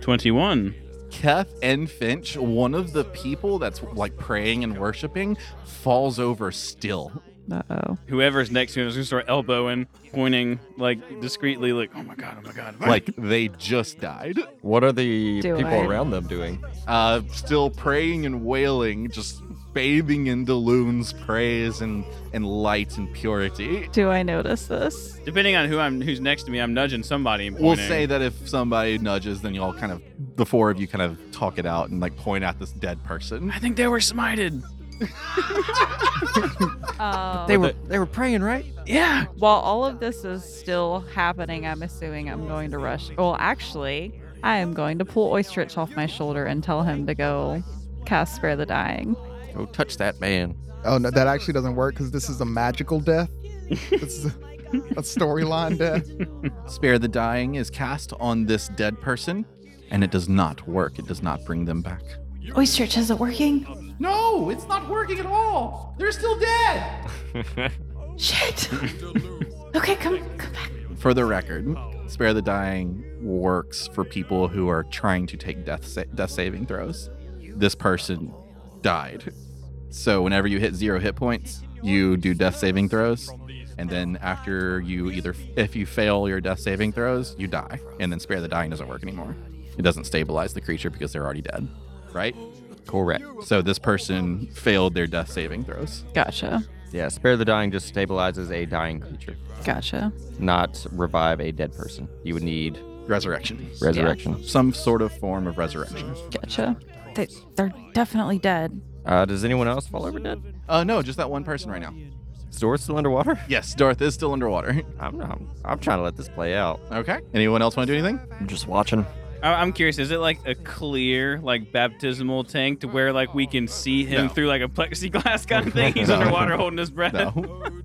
S4: Twenty-one.
S1: Kef and Finch, one of the people that's like praying and worshiping, falls over still.
S6: Uh oh.
S4: Whoever's next to him is gonna start elbowing, pointing like discreetly, like, oh my god, oh my god.
S1: Like they just died.
S14: What are the
S6: Do
S14: people
S6: I-
S14: around them doing?
S1: Uh, still praying and wailing, just bathing in Daloon's praise and, and light and purity.
S6: Do I notice this?
S4: Depending on who I'm, who's next to me, I'm nudging somebody. And
S1: We'll
S4: pointing.
S1: say that if somebody nudges, then y'all kind of, the four of you kind of talk it out and like point at this dead person.
S16: I think they were smited.
S2: Uh,
S5: They were they were praying, right?
S16: Yeah.
S6: Oh. While all of this is still happening, I'm assuming I'm going to rush. Well, actually, I am going to pull Oystrich off my shoulder and tell him to go cast Spare the Dying.
S5: Go touch that man.
S13: Oh no, that actually doesn't work because this is a magical death. This is a, a storyline death.
S1: Spare the Dying is cast on this dead person, and it does not work. It does not bring them back.
S6: Oystrich, is it working?
S1: No, it's not working at all. They're still dead.
S6: Shit! okay, come, come back.
S1: For the record, Spare the Dying works for people who are trying to take death sa- death saving throws. This person died. So whenever you hit 0 hit points, you do death saving throws. And then after you either if you fail your death saving throws, you die. And then Spare the Dying doesn't work anymore. It doesn't stabilize the creature because they're already dead, right?
S5: Correct.
S1: So this person failed their death saving throws.
S6: Gotcha.
S5: Yeah, spare the dying just stabilizes a dying creature,
S6: Gotcha.
S5: not revive a dead person. You would need
S1: Resurrection.
S5: resurrection.
S1: Some sort of form of resurrection.
S6: Gotcha. They, they're definitely dead.
S5: Uh, does anyone else fall over dead?
S1: Uh, no, just that one person right now.
S5: Is Dorth still underwater?
S1: Yes, Dorth is still underwater.
S5: I'm, I'm, I'm trying to let this play out.
S1: Okay. Anyone else want to do anything?
S9: I'm just watching.
S4: I- I'm curious. Is it like a clear, like baptismal tank to where like we can see him
S1: No.
S4: through like a plexiglass kind of thing? He's
S1: No.
S4: underwater holding his breath.
S1: No.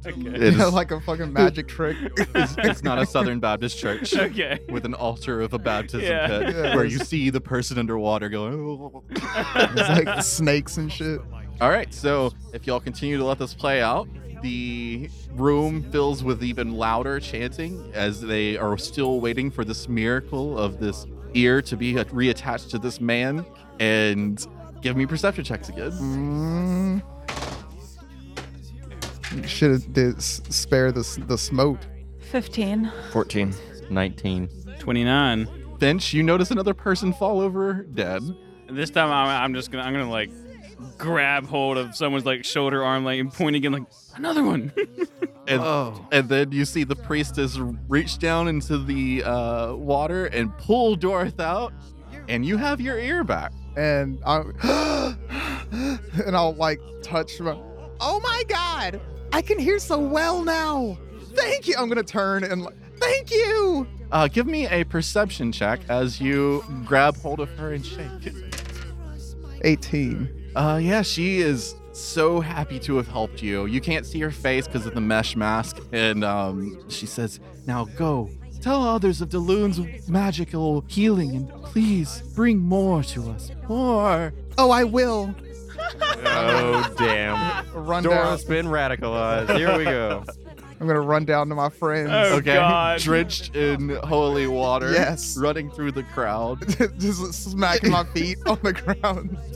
S4: Okay.
S1: It is-
S7: like a fucking magic trick.
S1: it's, it's not a Southern Baptist church
S4: Okay.
S1: with an altar of a baptism
S4: Yeah.
S1: pit
S7: Yeah,
S1: where
S7: it's-
S1: you see the person underwater going. "Oh."
S7: It's like snakes and shit.
S1: All right, so if y'all continue to let this play out, the room fills with even louder chanting as they are still waiting for this miracle of this ear to be reattached to this man. And give me perception checks again.
S7: Mm. Should have did s- spare the s- the smoke.
S6: 15.
S9: 14.
S5: 19.
S4: 29.
S1: Finch, you notice another person fall over dead.
S4: This time I'm, I'm just gonna I'm gonna like grab hold of someone's like shoulder arm like and point again like another one.
S1: And, and then you see the priestess reach down into the uh, water and pull Dorth out, and you have your ear back.
S7: and I and I'll like touch my. Oh my god! I can hear so well now. Thank you. I'm gonna turn and like, thank you.
S1: Uh, give me a perception check as you grab hold of her and shake.
S7: 18.
S1: Uh, yeah, she is so happy to have helped you. You can't see her face because of the mesh mask, and um, she says, "Now go." Tell others of Daloon's magical healing and please bring more to us. More.
S7: Oh, I will
S5: Oh, damn.
S7: run
S5: Dorth's
S7: down.
S5: been radicalized. Here we go.
S7: I'm gonna run down to my friends.
S4: Oh,
S1: okay.
S4: God.
S1: Drenched in holy water.
S7: Yes.
S1: Running through the crowd.
S7: Just smacking my feet on the ground.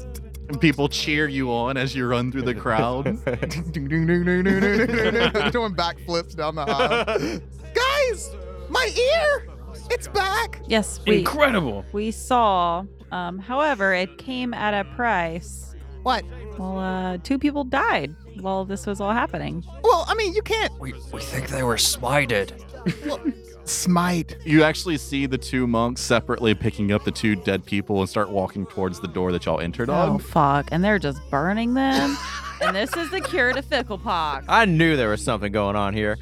S1: And people cheer you on as you run through the crowd.
S7: Ding, ding, ding, ding, ding, ding, ding, ding, ding. Doing backflips down the aisle. Guys, my ear, it's back.
S6: Yes, we
S17: Incredible.
S6: we saw. Um, however, it came at a price.
S2: What?
S6: Well, uh, two people died while this was all happening.
S2: Well, I mean, you can't
S17: We, we think they were smited.
S7: Smite.
S1: you actually see the two monks separately picking up the two dead people and start walking towards the door that y'all entered
S6: Oh,
S1: on.
S6: fuck! And they're just burning them. and this is the cure to fickle pox.
S5: I knew there was something going on here.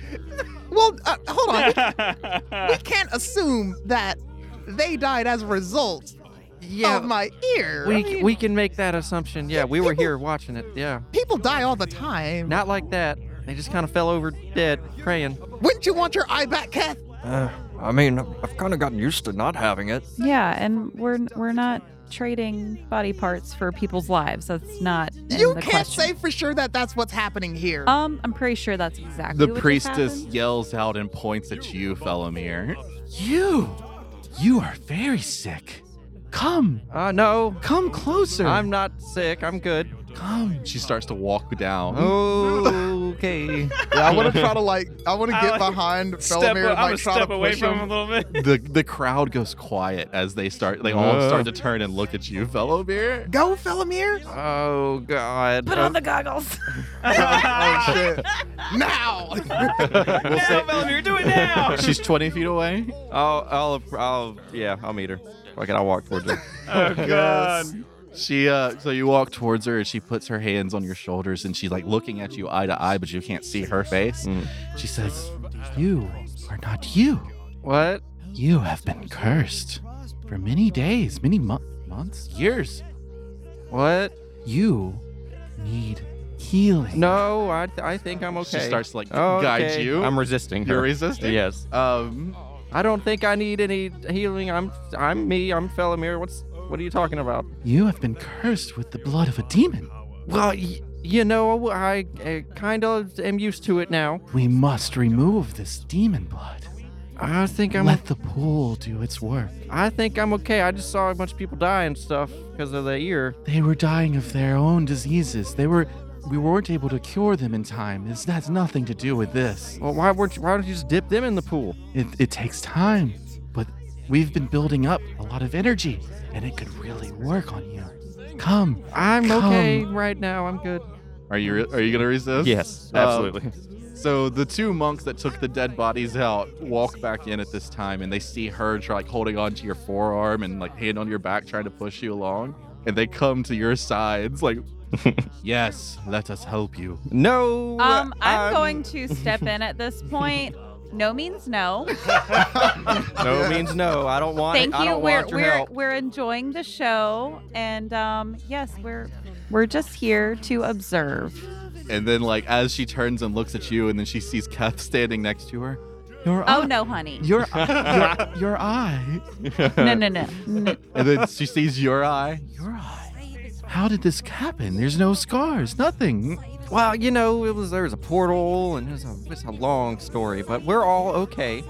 S2: Well, uh, hold on. We- we
S4: yeah,
S2: can't assume that they died as a result of my ear. I
S5: We,
S2: mean,
S5: we can make that assumption. Yeah, we were here watching it. Yeah.
S2: people die all the time.
S5: Not like that. They just kind of fell over dead, praying.
S2: Wouldn't you want your eye back, Kath?
S9: Uh, I mean, I've kind of gotten used to not having it.
S6: Yeah, and we're we're not trading body parts for people's lives. That's not. in
S2: You
S6: the
S2: can't
S6: question.
S2: say for sure that that's what's happening here.
S6: Um, I'm pretty sure that's exactly.
S1: The
S6: what just
S1: priestess
S6: happened.
S1: yells out and points at you, Felomir. You! You are very sick. Come!
S5: Uh, no.
S1: Come closer!
S5: I'm not sick. I'm good.
S1: Come! She starts to walk down.
S6: Oh.
S5: Okay.
S7: Yeah, I want to try to like, I want to
S4: I
S7: get
S4: like-
S7: behind
S4: step,
S7: Felomir
S4: up,
S7: and
S4: I'm
S7: like
S4: gonna
S7: try to
S4: step away
S7: push
S4: from
S7: him.
S4: him a little bit.
S1: the the crowd goes quiet as they start they all
S5: Uh.
S1: start to turn and look at you, Felomir.
S7: Go, Felomir.
S5: Oh, God. Uh,
S6: Put on the goggles.
S7: oh shit! Now.
S4: now, Bellamere, do it now.
S1: She's 20 feet away.
S5: I'll, I'll, I'll, yeah, I'll meet her. Okay, I'll walk towards her.
S4: oh God.
S1: She uh so you walk towards her and she puts her hands on your shoulders and she's like looking at you eye to eye, but you can't see her face.
S5: Mm.
S1: She says, You are not you.
S5: What?
S1: You have been cursed for many days, many mo- months, years.
S5: What?
S1: You need healing.
S5: No, I, th- I think I'm okay.
S1: She starts to like
S5: Oh,
S1: guide
S5: okay.
S1: you.
S5: I'm resisting Uh, her.
S1: You're resisting?
S5: Yes.
S1: um
S5: I don't think I need any healing. I'm, I'm me. I'm Felomir. What's, what are you talking about?
S1: you have been cursed with the blood of a demon.
S5: Well, y- you know, I, I kind of am used to it now.
S1: We must remove this demon blood.
S5: I think I'm,
S1: Let the pool do its work.
S5: I think I'm okay. I just saw a bunch of people die and stuff because of the ear.
S1: They were dying of their own diseases. They were we weren't able to cure them in time. This has nothing to do with this.
S5: Well, why weren't you, why don't you just dip them in the pool?
S1: It, it takes time, but we've been building up a lot of energy, and it could really work on you. Come.
S5: I'm
S1: Come.
S5: okay right now. I'm good.
S1: Are you re- are you gonna resist?
S5: Yes,
S1: Um,
S5: absolutely.
S1: so the two monks that took the dead bodies out walk back in at this time, and they see her try, like holding onto your forearm and like hand on your back, trying to push you along. And they come to your sides, like
S18: Yes, let us help you.
S2: No.
S6: Um, I'm, going to step in at this point. No means no.
S2: No means no. I don't want.
S6: Thank
S2: it. I
S6: you.
S2: don't
S6: We're
S2: want your
S6: we're
S2: help.
S6: we're enjoying the show, and um, yes, we're we're just here to observe.
S1: And then, like, as she turns and looks at you, and then she sees Kath standing next to her. Your
S6: Oh no, honey.
S1: Your, your, your eye.
S6: No, no, no. no.
S1: And then she sees your eye. Your eye. How did this happen? There's no scars, nothing.
S2: Well, you know, it was there was a portal, and it was a, it's a long story, but we're all okay. I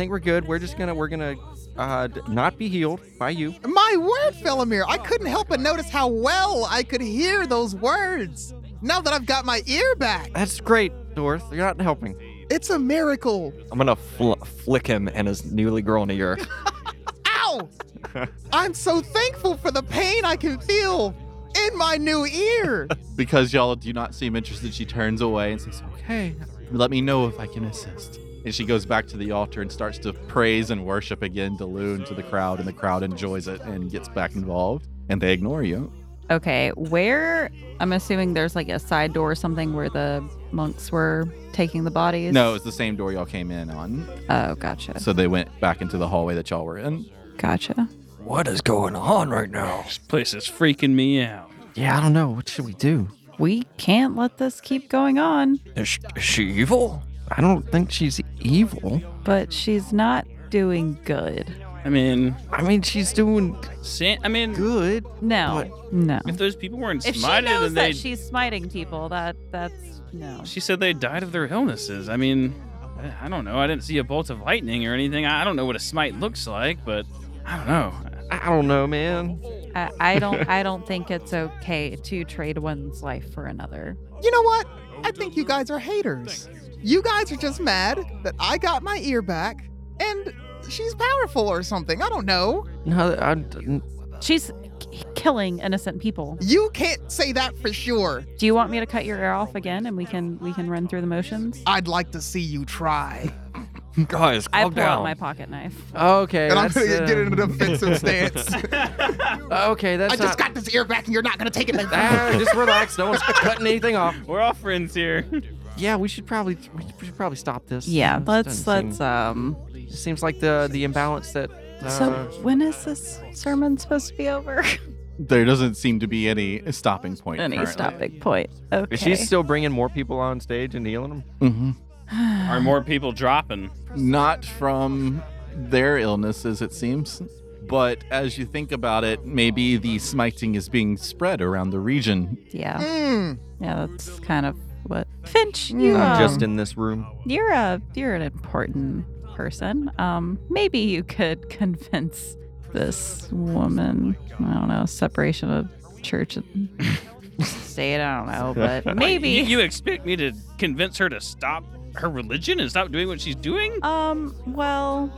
S2: think we're good. We're just gonna we're gonna uh, d- not be healed by you.
S7: My word, Felomir, I couldn't help but notice how well I could hear those words. Now that I've got my ear back,
S2: That's great, Dorth. You're not helping.
S7: it's a miracle.
S5: I'm gonna fl- flick him and his newly grown ear.
S7: Ow! I'm so thankful for the pain I can feel in my new ear.
S1: Because y'all do not seem interested, she turns away and says, Okay, let me know if I can assist. And she goes back to the altar and starts to praise and worship again to Loon, to the crowd, and the crowd enjoys it and gets back involved, and they ignore you.
S6: Okay, where I'm assuming there's like a side door or something where the monks were taking the bodies.
S1: No, it's the same door y'all came in on.
S6: Oh, gotcha.
S1: So they went back into the hallway that y'all were in.
S6: Gotcha.
S9: What is going on right now?
S4: This place is freaking me out.
S2: Yeah, I don't know. What should we do?
S6: We can't let this keep going on,
S9: Is she, is she evil?
S2: I don't think she's evil.
S6: but she's not doing good.
S4: I mean,
S2: I mean, she's doing
S4: San- I mean,
S2: good.
S6: No, no.
S4: if those people weren't
S6: If she
S4: smited
S6: knows
S4: and they
S6: that she's smiting people, that that's no.
S4: She said they died of their illnesses. I mean, I- I don't know. I didn't see a bolt of lightning or anything. I I don't know what a smite looks like, but I don't know.
S2: I don't know, man.
S6: I, I don't. I don't think it's okay to trade one's life for another.
S7: You know what? I think you guys are haters. You guys are just mad that I got my ear back and she's powerful or something. I don't know.
S2: No, I, I-
S6: She's k- killing innocent people.
S7: You can't say that for sure.
S6: Do you want me to cut your ear off again, and we can we can run through the motions?
S7: I'd like to see you try.
S9: Guys,
S6: I
S9: calm
S6: pull
S9: down.
S6: out my pocket knife.
S2: okay.
S19: And I'm
S2: that's,
S19: going to get
S2: uh,
S19: in a defensive stance.
S2: Okay, that's
S7: I just
S2: not-
S7: got this ear back and you're not going to take it.
S2: Ah, just relax. No one's cutting anything off.
S4: We're all friends here.
S2: Yeah, we should probably we should probably stop this.
S6: Yeah,
S2: This
S6: let's
S2: doesn't
S6: let's um.
S2: seem- it seems like the the imbalance that. Uh,
S20: So when is this sermon supposed to be over?
S1: There doesn't seem to be any stopping point.
S6: Any
S1: currently.
S6: stopping point? Okay.
S2: Is she still bringing more people on stage and healing them?
S1: Mhm.
S4: Are more people dropping?
S1: not from their illnesses, it seems. But as you think about it, maybe the smiting is being spread around the region.
S6: yeah.
S7: Mm.
S6: Yeah, that's kind of what Finch. You
S2: I'm just
S6: um,
S2: in this room.
S6: you're a you're an important person. Um, maybe you could convince this woman. I don't know separation of church and state. I don't know, but maybe
S4: You, you expect me to convince her to stop her religion and stop doing what she's doing?
S6: Um, well,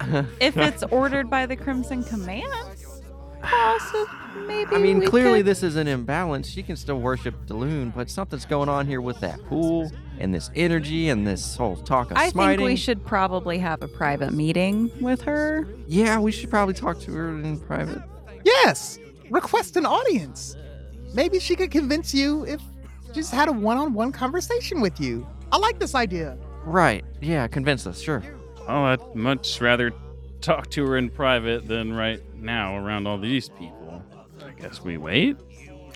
S6: if it's ordered by the Crimson Commands, possibly, maybe.
S2: I mean,
S6: we
S2: clearly
S6: could-
S2: this is an imbalance. She can still worship Daloon, but something's going on here with that pool and this energy and this whole talk of
S6: I
S2: smiting.
S6: think we should probably have a private meeting with her.
S2: Yeah, we should probably talk to her in private.
S7: Yes. Request an audience. Maybe she could convince you if she just had a one on one conversation with you. I like this idea.
S2: Right. Yeah, convince us. Sure.
S4: Oh, I'd much rather talk to her in private than right now around all these people. I guess we wait.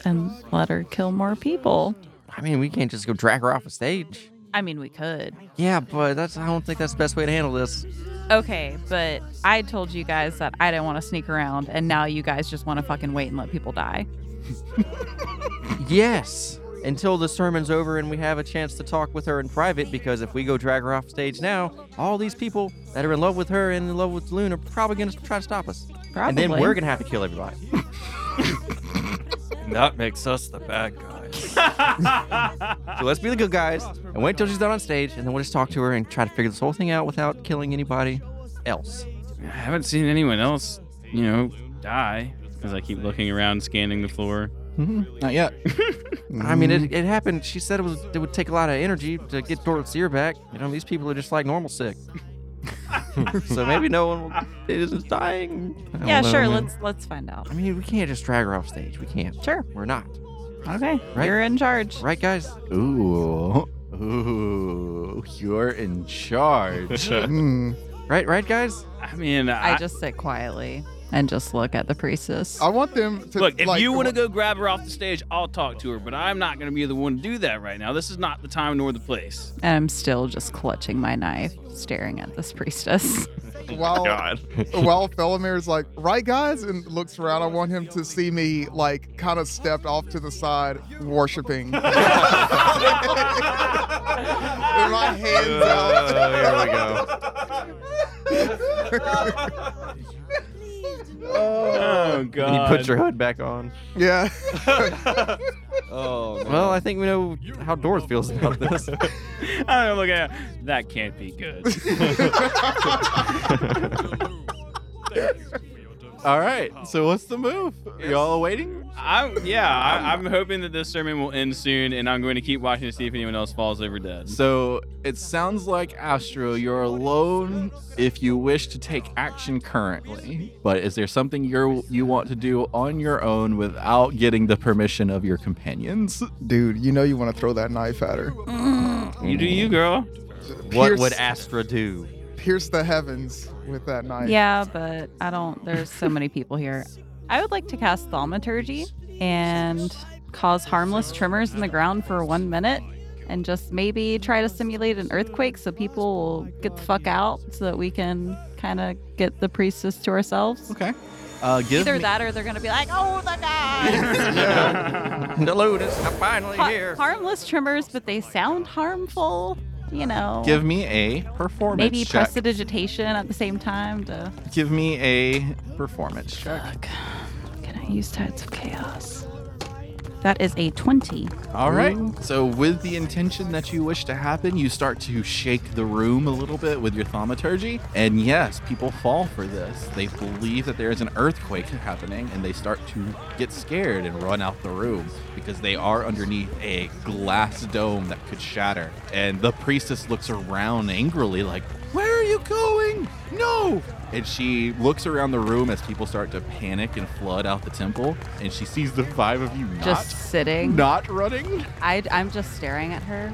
S6: And let her kill more people.
S2: I mean, we can't just go drag her off a stage.
S6: I mean, we could.
S2: Yeah, but that's I don't think that's the best way to handle this.
S6: Okay, but I told you guys that I didn't want to sneak around, and now you guys just want to fucking wait and let people die.
S2: Yes. Until the sermon's over and we have a chance to talk with her in private, because if we go drag her off stage now, all these people that are in love with her and in love with Loon are probably going to try to stop us.
S6: Probably.
S2: And then we're going to have to kill everybody.
S9: That makes us the bad guys.
S2: So let's be the good guys and wait till she's done on stage, and then we'll just talk to her and try to figure this whole thing out without killing anybody else.
S4: I haven't seen anyone else, you know, die. As I keep looking around, scanning the floor.
S1: Not yet.
S2: I mean, it, it happened. She said it was it would take a lot of energy to get Dorothy's ear back. You know, these people are just like normal sick.
S5: so maybe no one will, is dying. I don't
S6: Yeah,
S5: know,
S6: sure.
S5: man.
S6: Let's let's find out.
S5: I mean, we can't just drag her off stage. We can't.
S6: Sure.
S5: We're not.
S6: Okay,
S5: Right.
S6: you're in charge.
S5: Right, guys?
S1: Ooh. Ooh. You're in charge.
S7: Mm.
S5: Right, right, guys?
S4: I mean, I,
S6: I just sit quietly and just look at the priestess.
S7: I want them to
S4: look. If
S7: like,
S4: you want to go grab her off the stage, I'll talk to her. But I'm not going to be the one to do that right now. This is not the time nor the place.
S6: And I'm still just clutching my knife, staring at this priestess.
S7: while while Felomir's like, right, guys, and looks around, I want him to see me like kind of stepped off to the side, worshiping. With my hands
S2: Oh,
S7: out.
S21: here we go.
S7: uh,
S4: Oh
S5: And you
S4: God!
S5: put your hood back on.
S7: Yeah.
S21: Oh,
S5: Well, I think we know how Dorth feels about this.
S4: I don't look at it. that. Can't be good.
S1: All right. So what's the move? Y'all waiting?
S4: I'm yeah. I, I'm hoping that this sermon will end soon, and I'm going to keep watching to see if anyone else falls over dead.
S1: So it sounds like Astro, you're alone if you wish to take action currently. But is there something you you want to do on your own without getting the permission of your companions?
S7: Dude, you know you want to throw that knife at her.
S4: You do you, girl.
S5: what
S7: Pierce-
S5: would Astra do?
S7: Pierce the heavens with that knife.
S6: yeah, but I don't. There's so many people here. I would like to cast thaumaturgy and cause harmless tremors in the ground for one minute, and just maybe try to simulate an earthquake so people will get the fuck out, so that we can kind of get the priestess to ourselves.
S1: Okay. Uh, give
S6: Either
S1: me-
S6: that, or they're gonna be like, "Oh, the guy."
S5: Delude is finally
S6: Ha-
S5: here.
S6: harmless tremors, but they sound harmful. You know,
S1: Give me a performance
S6: maybe
S1: check.
S6: prestidigitation at the same time to.
S1: Give me a performance check.
S6: Fuck. Can I use Tides of Chaos? That is a 20.
S1: All right. So, with the intention that you wish to happen, you start to shake the room a little bit with your thaumaturgy. And yes, people fall for this. They believe that there is an earthquake happening and they start to get scared and run out the room because they are underneath a glass dome that could shatter. And the priestess looks around angrily, like, Where are you going? No! And she looks around the room as people start to panic and flood out the temple. And she sees the five of you not
S6: Just sitting.
S1: not running.
S6: I, I'm just staring at her.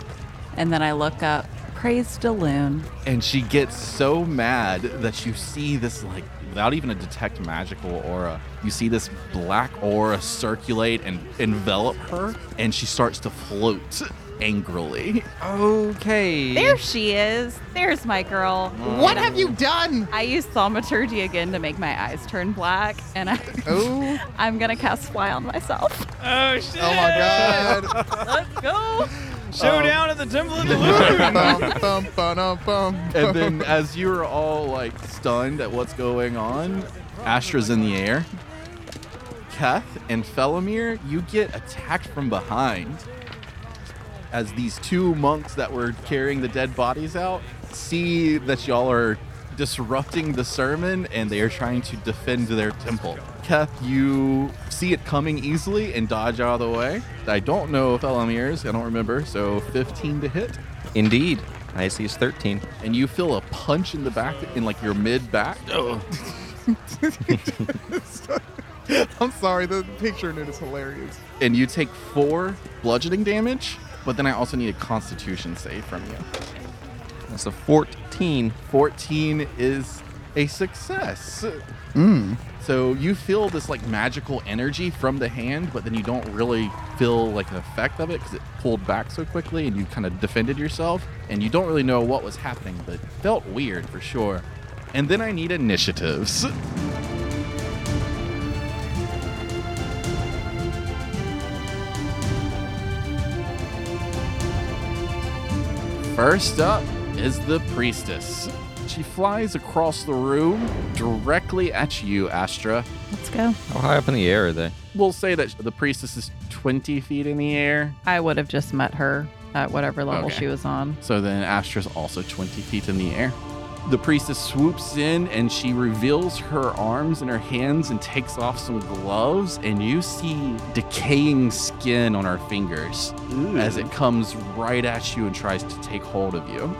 S6: And then I look up. Praise Daloon.
S1: And she gets so mad that you see this, like, without even a detect magical aura, you see this black aura circulate and envelop her, and she starts to float angrily.
S5: Okay.
S6: There she is. There's my girl.
S1: Mm.
S7: What have you done?
S6: I use thaumaturgy again to make my eyes turn black, and I,
S7: Oh,
S6: I'm gonna cast fly on myself.
S4: Oh shit!
S7: oh my god.
S6: Let's go.
S4: Showdown at the Temple of the
S7: Bum, bum, ba-dum, bum.
S1: And then, as you are all, like, stunned at what's going on, Astra's in the air. Keth and Felomir, you get attacked from behind as these two monks that were carrying the dead bodies out see that y'all are disrupting the sermon and they are trying to defend their temple. Keth, you see it coming easily and dodge out of the way. I don't know if Elamir is, I don't remember, so 15 to hit.
S5: Indeed. IC is 13.
S1: And you feel a punch in the back, in like your mid back.
S7: I'm sorry, the picture in it is hilarious.
S1: and you take four bludgeoning damage, but then I also need a constitution save from you.
S5: That's a 14.
S1: 14 is a success. So you feel this like magical energy from the hand, but then you don't really feel like an effect of it because it pulled back so quickly and you kind of defended yourself and you don't really know what was happening, but it felt weird for sure. And then I need initiatives. First up is the priestess. She flies across the room directly at you, Astra.
S6: Let's go.
S5: How high up in the air are they?
S1: We'll say that the priestess is 20 feet in the air.
S6: I would have just met her at whatever level
S1: Okay.
S6: she was on.
S1: So then Astra's also 20 feet in the air. The priestess swoops in and she reveals her arms and her hands and takes off some gloves, and you see decaying skin on her fingers as it comes right at you and tries to take hold of you.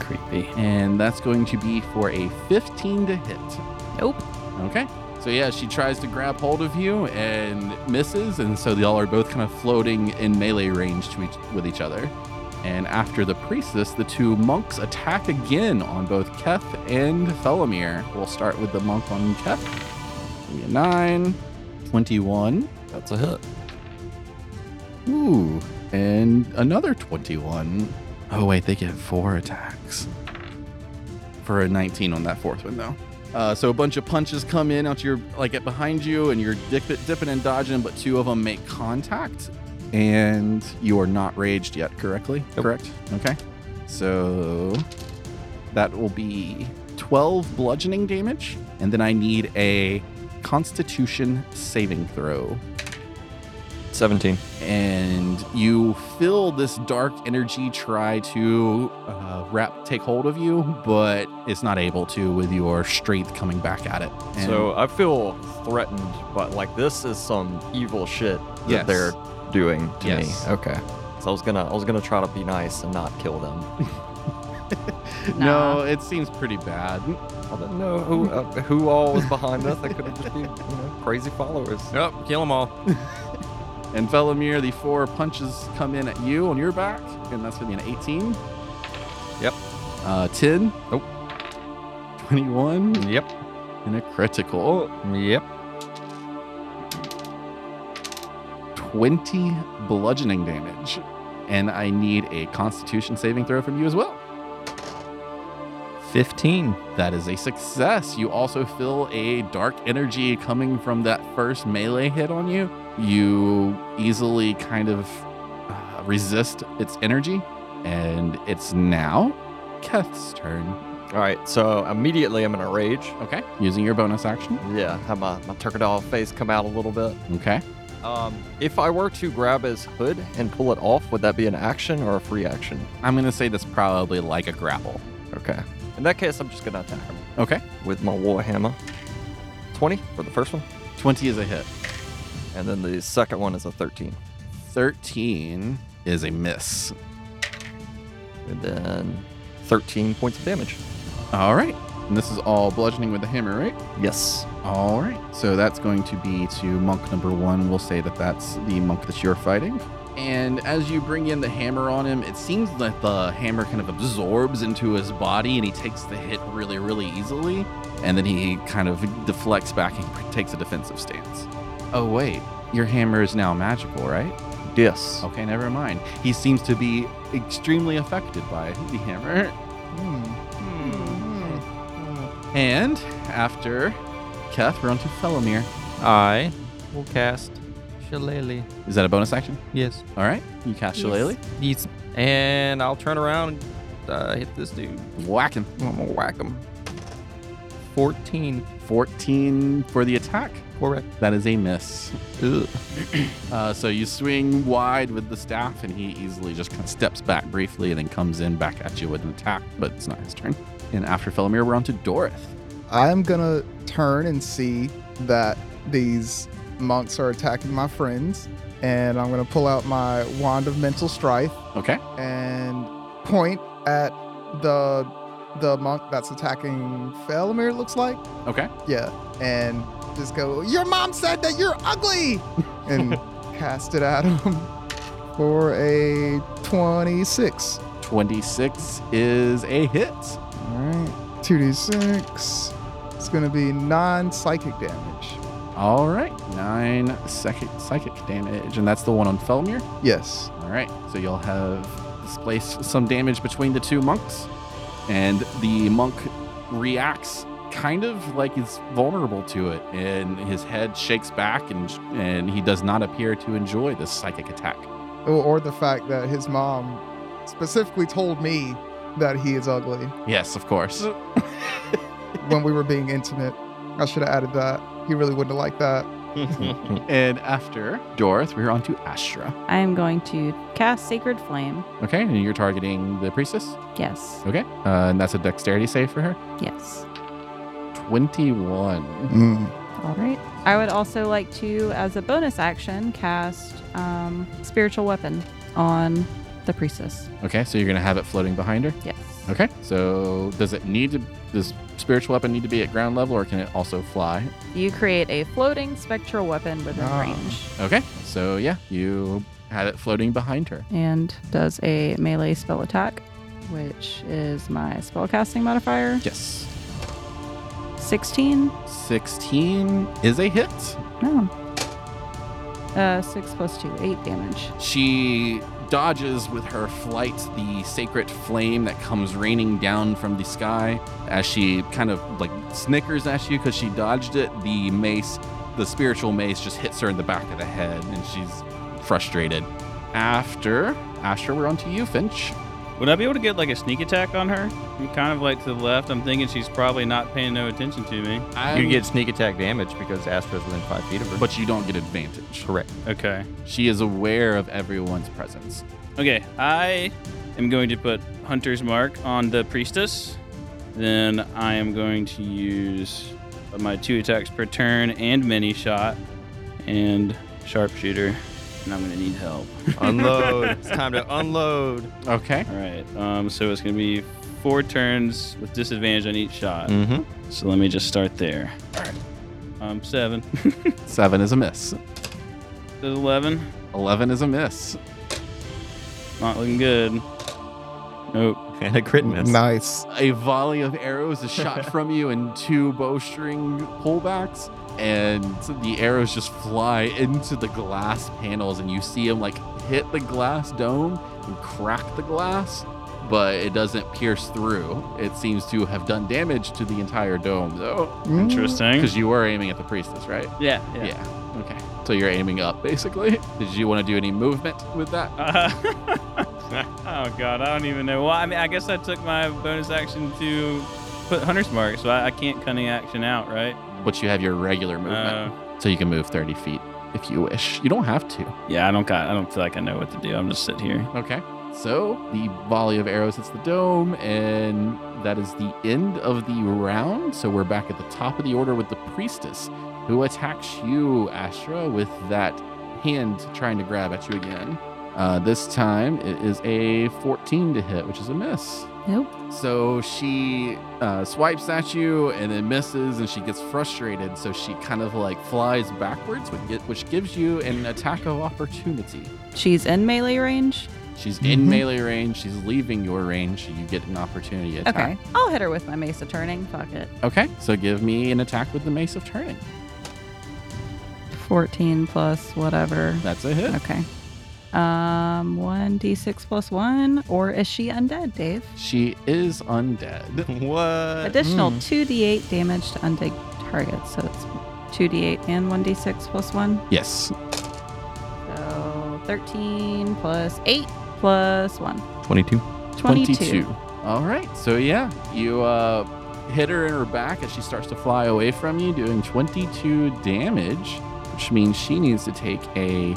S4: creepy.
S10: And that's going to be for a 15 to hit.
S22: Nope.
S10: Okay. So yeah, she tries to grab hold of you and misses, and so y'all are both kind of floating in melee range to each with each other. And after the priestess, the two monks attack again on both Keth and Felomir. We'll start with the monk on Keth. Give me a nine. 21.
S9: That's a hit.
S1: Ooh, and another 21. Oh, wait, they get four attacks. For a 19 on that fourth one, though. Uh, so a bunch of punches come in out your like at behind you, and you're dip- dipping and dodging, but two of them make contact, and you are not raged yet. Correctly, correct? Okay. So that will be 12 bludgeoning damage, and then I need a Constitution saving throw.
S9: 17.
S1: and you feel this dark energy try to uh, wrap take hold of you, but it's not able to with your strength coming back at it. And
S9: so I feel threatened, but like this is some evil shit that
S1: Yes.
S9: they're doing to
S1: Yes.
S9: me. Okay. So I was gonna I was gonna try to be nice and not kill them.
S1: no, it seems pretty bad.
S9: I don't know who uh, who all was behind us. They could have just been you know, crazy followers.
S5: Nope, kill them all.
S1: And Felomir, the four punches come in at you on your back, and that's gonna be an 18.
S9: Yep.
S1: Uh, 10.
S9: Nope.
S1: 21
S9: Yep.
S1: and a critical.
S9: Yep.
S1: 20 bludgeoning damage. And I need a constitution saving throw from you as well.
S5: 15.
S1: That is a success. You also feel a dark energy coming from that first melee hit on you. You easily kind of uh, resist its energy, and it's now Keth's turn.
S9: Alright, so immediately I'm in a rage.
S1: Okay, using your bonus action.
S9: Yeah, have my, my turcodile face come out a little bit.
S1: Okay,
S9: Um, if I were to grab his hood and pull it off, would that be an action or a free action?
S1: I'm gonna say that's probably like a grapple.
S9: Okay. In that case, I'm just gonna attack him
S1: Okay,
S9: with my warhammer. 20 for the first one,
S1: 20 is a hit.
S9: and then the second one is a 13.
S1: 13 is a miss.
S9: And then 13 points of damage.
S1: All right, and this is all bludgeoning with the hammer, right?
S9: Yes.
S1: All right. So that's going to be to monk number one. We'll say that that's the monk that you're fighting. And as you bring in the hammer on him, it seems that the hammer kind of absorbs into his body and he takes the hit really, really easily. And then he kind of deflects back and takes a defensive stance. Oh, wait. Your hammer is now magical, right?
S9: Yes.
S1: Okay, never mind. He seems to be extremely affected by the hammer. Hmm. And after Keth, we're on to Felomir.
S5: I will cast Shillelagh.
S1: Is that a bonus action?
S5: Yes.
S1: All right, you cast
S6: Yes.
S1: Shillelagh.
S5: Yes. And I'll turn around and uh, hit this dude.
S1: Whack him.
S5: I'm gonna whack him. 14.
S1: 14 for the attack.
S5: Correct.
S1: That is a miss.
S5: Ugh.
S1: Uh, so you swing wide with the staff, and he easily just kind of steps back briefly and then comes in back at you with an attack, but it's not his turn. And after Felomir, we're on to Dorith.
S7: I'm gonna turn and see that these monks are attacking my friends, and I'm gonna pull out my wand of mental strife
S1: Okay.
S7: and point at the the monk that's attacking Felomir. It looks like.
S1: Okay.
S7: Yeah, and just go. Your mom said that you're ugly, and cast it at him for a twenty-six.
S1: 26 is a hit.
S7: All right, two d six. It's gonna be nine psychic damage.
S1: All right. Nine psychic, psychic damage. And that's the one on Felomir.
S7: Yes.
S1: All right. So you'll have displaced some damage between the two monks, and the monk reacts kind of like he's vulnerable to it, and his head shakes back, and and he does not appear to enjoy this psychic attack.
S7: Or, or the fact that his mom specifically told me that he is ugly
S1: Yes, of course.
S7: when we were being intimate. I should have added that. He really wouldn't have liked that.
S1: and after Dorth, we're on to Astra.
S22: I am going to cast Sacred Flame.
S1: Okay, and you're targeting the priestess.
S22: Yes.
S1: Okay, uh, and that's a dexterity save for her.
S22: Yes.
S1: Twenty-one.
S22: All right. I would also like to, as a bonus action, cast um, Spiritual Weapon on
S6: the priestess.
S1: Okay, so you're gonna have it floating behind her.
S6: Yes.
S1: Okay, so does it need to? Does spiritual weapon need to be at ground level, or can it also fly?
S6: You create a floating spectral weapon within
S7: Ah.
S6: range.
S1: Okay, so yeah, you have it floating behind her.
S6: and does a melee spell attack, which is my spellcasting modifier.
S1: Yes,
S6: 16.
S1: sixteen is a hit.
S6: No. Oh. Uh, 6 plus 2, 8 damage.
S1: She dodges with her flight the sacred flame that comes raining down from the sky. As she kind of like snickers at you because she dodged it, the mace, the spiritual mace, just hits her in the back of the head, and she's frustrated. After Asher, we're on to you, Finch.
S4: Would I be able to get like a sneak attack on her? I'm kind of like to the left. I'm thinking she's probably not paying no attention to me.
S1: I'm-
S5: You get sneak attack damage because Astra's within five feet of her.
S1: but you don't get advantage.
S5: correct.
S4: Okay.
S1: She is aware of everyone's presence.
S4: Okay, I am going to put Hunter's Mark on the Priestess. Then I am going to use my two attacks per turn and mini shot and sharpshooter. And I'm going to need help.
S5: unload. It's time to unload.
S1: Okay.
S4: All right, um, so it's going to be four turns with disadvantage on each shot.
S5: Mm-hmm.
S4: So let me just start there. All right. Um, seven.
S1: Seven is a miss.
S4: There's 11.
S1: Eleven is a miss.
S4: Not looking good. Nope.
S5: And a crit miss.
S7: Nice.
S1: A volley of arrows is shot from you and two bowstring pullbacks, and the arrows just fly into the glass panels, and you see them like hit the glass dome and crack the glass, but it doesn't pierce through. It seems to have done damage to the entire dome, though,
S4: Interesting.
S1: because you were aiming at the priestess, right?
S4: Yeah.
S1: Yeah. Okay. So you're aiming up, basically. Did you want to do any movement with that?
S4: Uh, oh god, I don't even know. Well, I mean, I guess I took my bonus action to put Hunter's Mark, so I, I can't cunning action out, right?
S1: But you have your regular movement,
S4: Uh,
S1: so you can move 30 feet if you wish. You don't have to.
S4: yeah, I don't got. I don't feel like I know what to do. I'm just sitting here.
S1: Okay. So the volley of arrows hits the dome, and that is the end of the round. So we're back at the top of the order with the priestess, who attacks you, Astra, with that hand trying to grab at you again. Uh, this time it is a 14 to hit, which is a miss.
S6: Nope.
S1: So she uh, swipes at you and then misses, and she gets frustrated. So she kind of like flies backwards, which gi- which gives you an attack of opportunity.
S6: She's in melee range.
S1: She's in
S6: Mm-hmm.
S7: Mhm.
S1: melee range. She's leaving your range. You get an opportunity
S6: Okay.
S1: attack.
S6: I'll hit her with my mace of turning. Fuck it.
S1: Okay. So give me an attack with the Mace of Turning.
S6: 14 plus whatever.
S1: That's a hit.
S6: Okay. Um, 1d6 plus 1. Or is she undead, Dave?
S1: She is undead.
S5: What?
S6: Additional 2d8 damage to undead targets. So it's 2d8 and 1d6 plus 1.
S1: Yes.
S6: So 13 plus 8 plus 1.
S5: 22.
S6: 22.
S1: All right. So yeah, you uh, hit her in her back as she starts to fly away from you, doing 22 damage, which means she needs to take a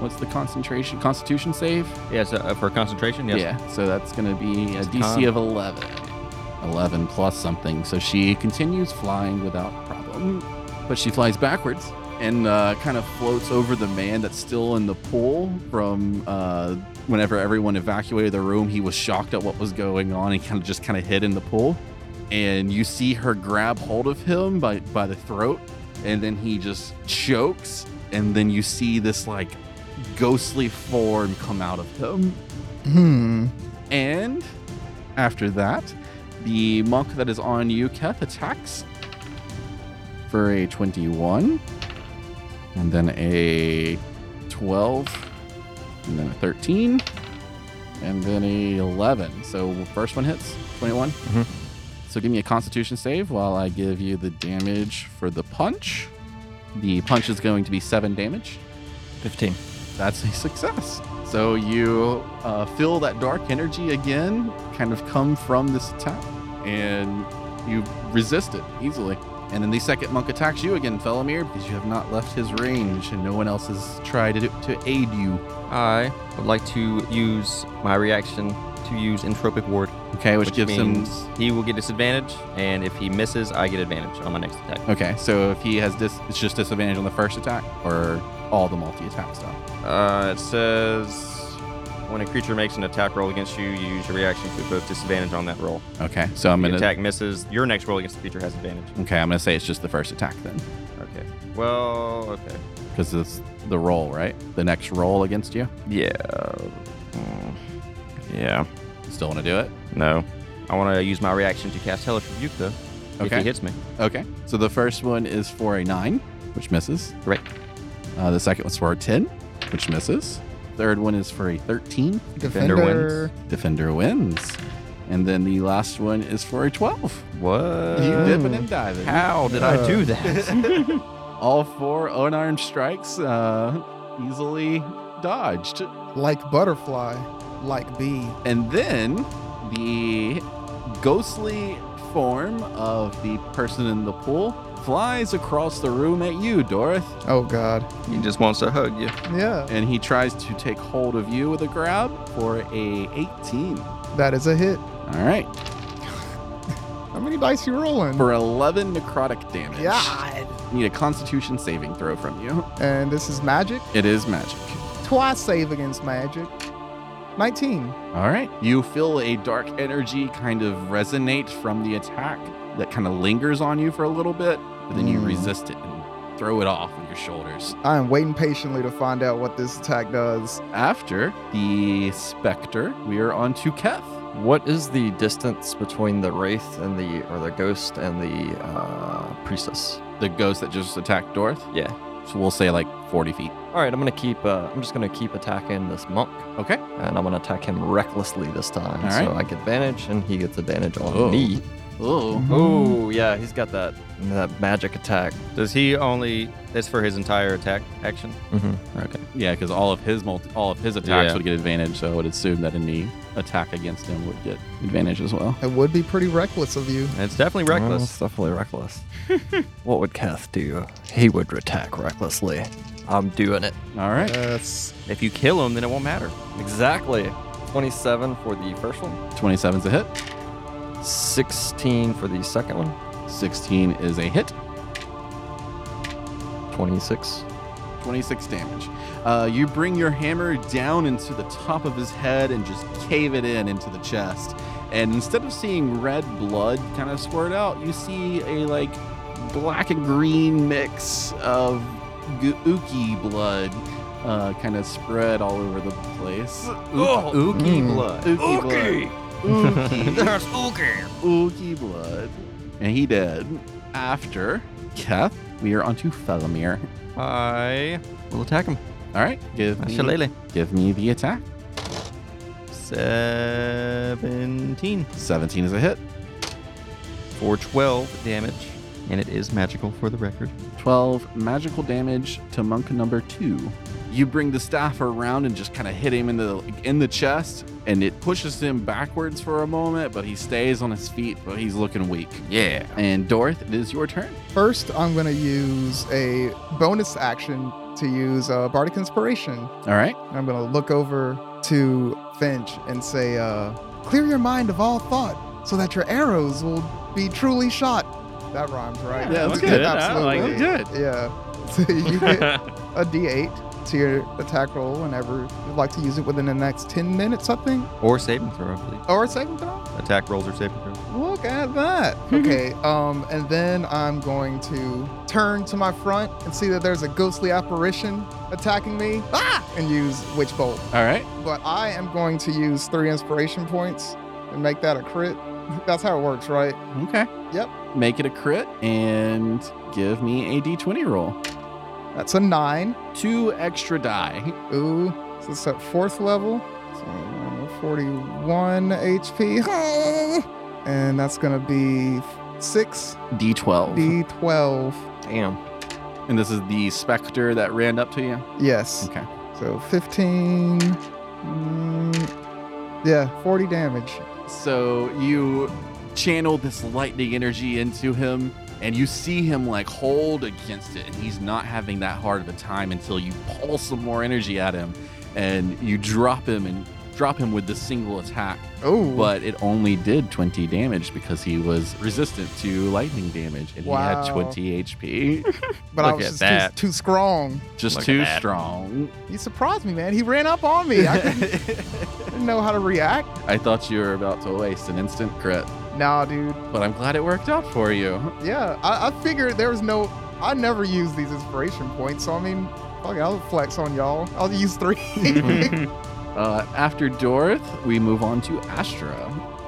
S1: what's the concentration constitution save?
S5: Yeah, so uh, for concentration, yes.
S1: Yeah, so that's going to be a
S5: Just
S1: DC
S5: con.
S1: of 11. 11 plus something. So she continues flying without problem, but she flies backwards and uh, kind of floats over the man that's still in the pool from uh, whenever everyone evacuated the room. He was shocked at what was going on and kind of just kind of hid in the pool. And you see her grab hold of him by, by the throat, and then he just chokes. And then you see this like ghostly form come out of him.
S7: Hmm.
S1: And after that, the monk that is on you, Keth, attacks for a 21, and then a 12, and then a 13, and then a 11. So first one hits 21.
S5: Mhm.
S1: So give me a Constitution save while I give you the damage for the punch. The punch is going to be seven damage.
S5: 15.
S1: That's a success. So you uh, feel that dark energy again kind of come from this attack, and you resist it easily. And then the second monk attacks you again, Felomir, because you have not left his range and no one else has tried to, to aid you.
S5: I would like to use my reaction to use Entropic Ward,
S1: Okay, which, gives him.
S5: means he will get disadvantage, and if he misses, I get advantage on my next attack.
S1: Okay, so if he has dis, it's just disadvantage on the first attack or all the multi attack stuff.
S5: Uh, it says When a creature makes an attack roll against you, you use your reaction to put disadvantage on that roll.
S1: Okay, so I'm
S5: If
S1: gonna
S5: the attack misses, your next roll against the creature has advantage.
S1: okay. I'm gonna say it's just the first attack then,
S5: Okay. Well, okay.
S1: because it's the roll, right? The next roll against you.
S5: Yeah. Mm. Yeah.
S1: Still want to do it?
S5: No. I want to use my reaction to cast Hellish Rebuke, though. If
S1: Okay.
S5: he hits me.
S1: Okay. So the first one is for a nine, which misses.
S5: Right.
S1: Uh, the second one's for a ten, which misses. Third one is for a thirteen.
S5: Defender wins.
S1: Defender wins. And then the last one is for a twelve.
S5: What?
S1: You dipping and diving.
S5: How did I do that?
S1: All four unarmed strikes uh, easily dodged.
S7: Like butterfly, like bee.
S1: And then the ghostly form of the person in the pool flies across the room at you, Doroth,
S7: Oh God.
S5: he just wants to hug you.
S7: Yeah.
S1: and he tries to take hold of you with a grab for a 18.
S7: That is a hit.
S1: All right,
S7: How many dice you rolling?
S1: for 11 necrotic damage.
S7: God.
S1: Need a Constitution saving throw from you.
S7: And this is magic.
S1: It is magic.
S7: Twice save against magic. 19.
S1: All right. You feel a dark energy kind of resonate from the attack that kind of lingers on you for a little bit, but then you
S7: Mm.
S1: resist it and throw it off with your shoulders.
S7: I am waiting patiently to find out what this attack does.
S1: After the specter, we are on to Keth.
S9: What is the distance between the wraith and the or the ghost and the uh, priestess?
S1: The ghost that just attacked Dorth?
S9: Yeah.
S1: So we'll say like 40 feet.
S9: All right, I'm gonna keep. Uh, I'm just gonna keep attacking this monk,
S1: Okay.
S9: and I'm gonna attack him recklessly this time.
S1: All
S9: So I
S1: right.
S9: get advantage, and he gets advantage on
S1: Oh.
S9: me.
S1: Oh.
S9: Oh yeah, he's got that that magic attack.
S5: Does he only. That's for his entire attack action?
S9: Mm-hmm.
S1: Yeah, because all of his multi- all of his attacks
S5: Yeah.
S1: would get advantage, so I would assume that any attack against him would get advantage as well.
S7: It would be pretty reckless of you.
S5: It's definitely
S9: Well,
S5: reckless.
S9: it's definitely reckless. what would Keth do? He would attack recklessly. I'm doing it.
S1: All right.
S7: Yes.
S5: If you kill him, then it won't matter.
S9: Exactly. 27 for the first one,
S1: 27's a hit.
S9: 16 for the second one,
S1: 16 is a hit.
S9: 26.
S1: 26 damage. Uh, you bring your hammer down into the top of his head and just cave it in into the chest. And instead of seeing red blood kind of squirt out, you see a like black and green mix of gooky blood uh, kind of spread all over the place.
S23: Oh.
S1: ooky
S7: Mm.
S1: blood. Ooky
S23: Okay.
S1: blood. Ooky.
S23: That's okay.
S1: ooky blood. And he did. After Keth, we are onto Felomir.
S5: I will attack him.
S1: All right, give me
S5: Shillelagh.
S1: Give me the attack.
S5: 17
S1: 17 is a hit.
S5: for 12 damage. And it is magical for the record.
S1: 12 magical damage to monk number 2. You bring the staff around and just kind of hit him in the in the chest and it pushes him backwards for a moment, but he stays on his feet, but he's looking weak. Yeah. And Dorth, it is your turn.
S7: First, I'm going to use a bonus action to use uh, Bardic Inspiration.
S1: All right.
S7: I'm going to look over to Finch and say, uh, clear your mind of all thought so that your arrows will be truly shot. That rhymes, right?
S1: Yeah, that's good.
S4: I like
S7: Absolutely.
S1: it.
S7: Yeah. So you get a d8 to your attack roll whenever you'd like to use it within the next 10 minutes, I think.
S5: Or saving throw, please.
S7: Or a second throw?
S5: Attack rolls or saving throw.
S7: Look at that. Okay, um, and then I'm going to turn to my front and see that there's a ghostly apparition attacking me. Ah! And use Witch Bolt.
S1: All right.
S7: But I am going to use three inspiration points and make that a crit. That's how it works, right?
S1: Okay.
S7: Yep.
S1: Make it a crit and give me a d20 roll.
S7: That's a nine.
S1: Two extra die.
S7: Ooh, so it's at fourth level. So I'm at 41 HP. and that's going to be six
S1: D12.
S7: D12.
S9: Damn.
S1: and this is the specter that ran up to you.
S7: Yes.
S1: Okay.
S7: So 15. mm, yeah, 40 damage.
S1: So you channel this lightning energy into him, and you see him like hold against it, and he's not having that hard of a time until you pull some more energy at him, and you drop him and drop him with this single attack,
S7: Oh,
S1: but it only did 20 damage because he was resistant to lightning damage and he
S7: Wow.
S1: had 20 HP.
S7: but I
S1: look
S7: was
S1: at
S7: just
S1: that.
S7: Too, too strong.
S1: Just
S24: Look at
S1: too
S24: that.
S1: strong.
S7: You surprised me, man. He ran up on me. I couldn't- didn't know how to react.
S1: I thought you were about to waste an instant crit,
S7: Nah, dude.
S1: but I'm glad it worked out for you.
S7: Yeah, I, I figured there was no. I never use these inspiration points, so I mean, fuck, it, I'll flex on y'all. I'll use three.
S1: Uh, after Dorth, we move on to Astra.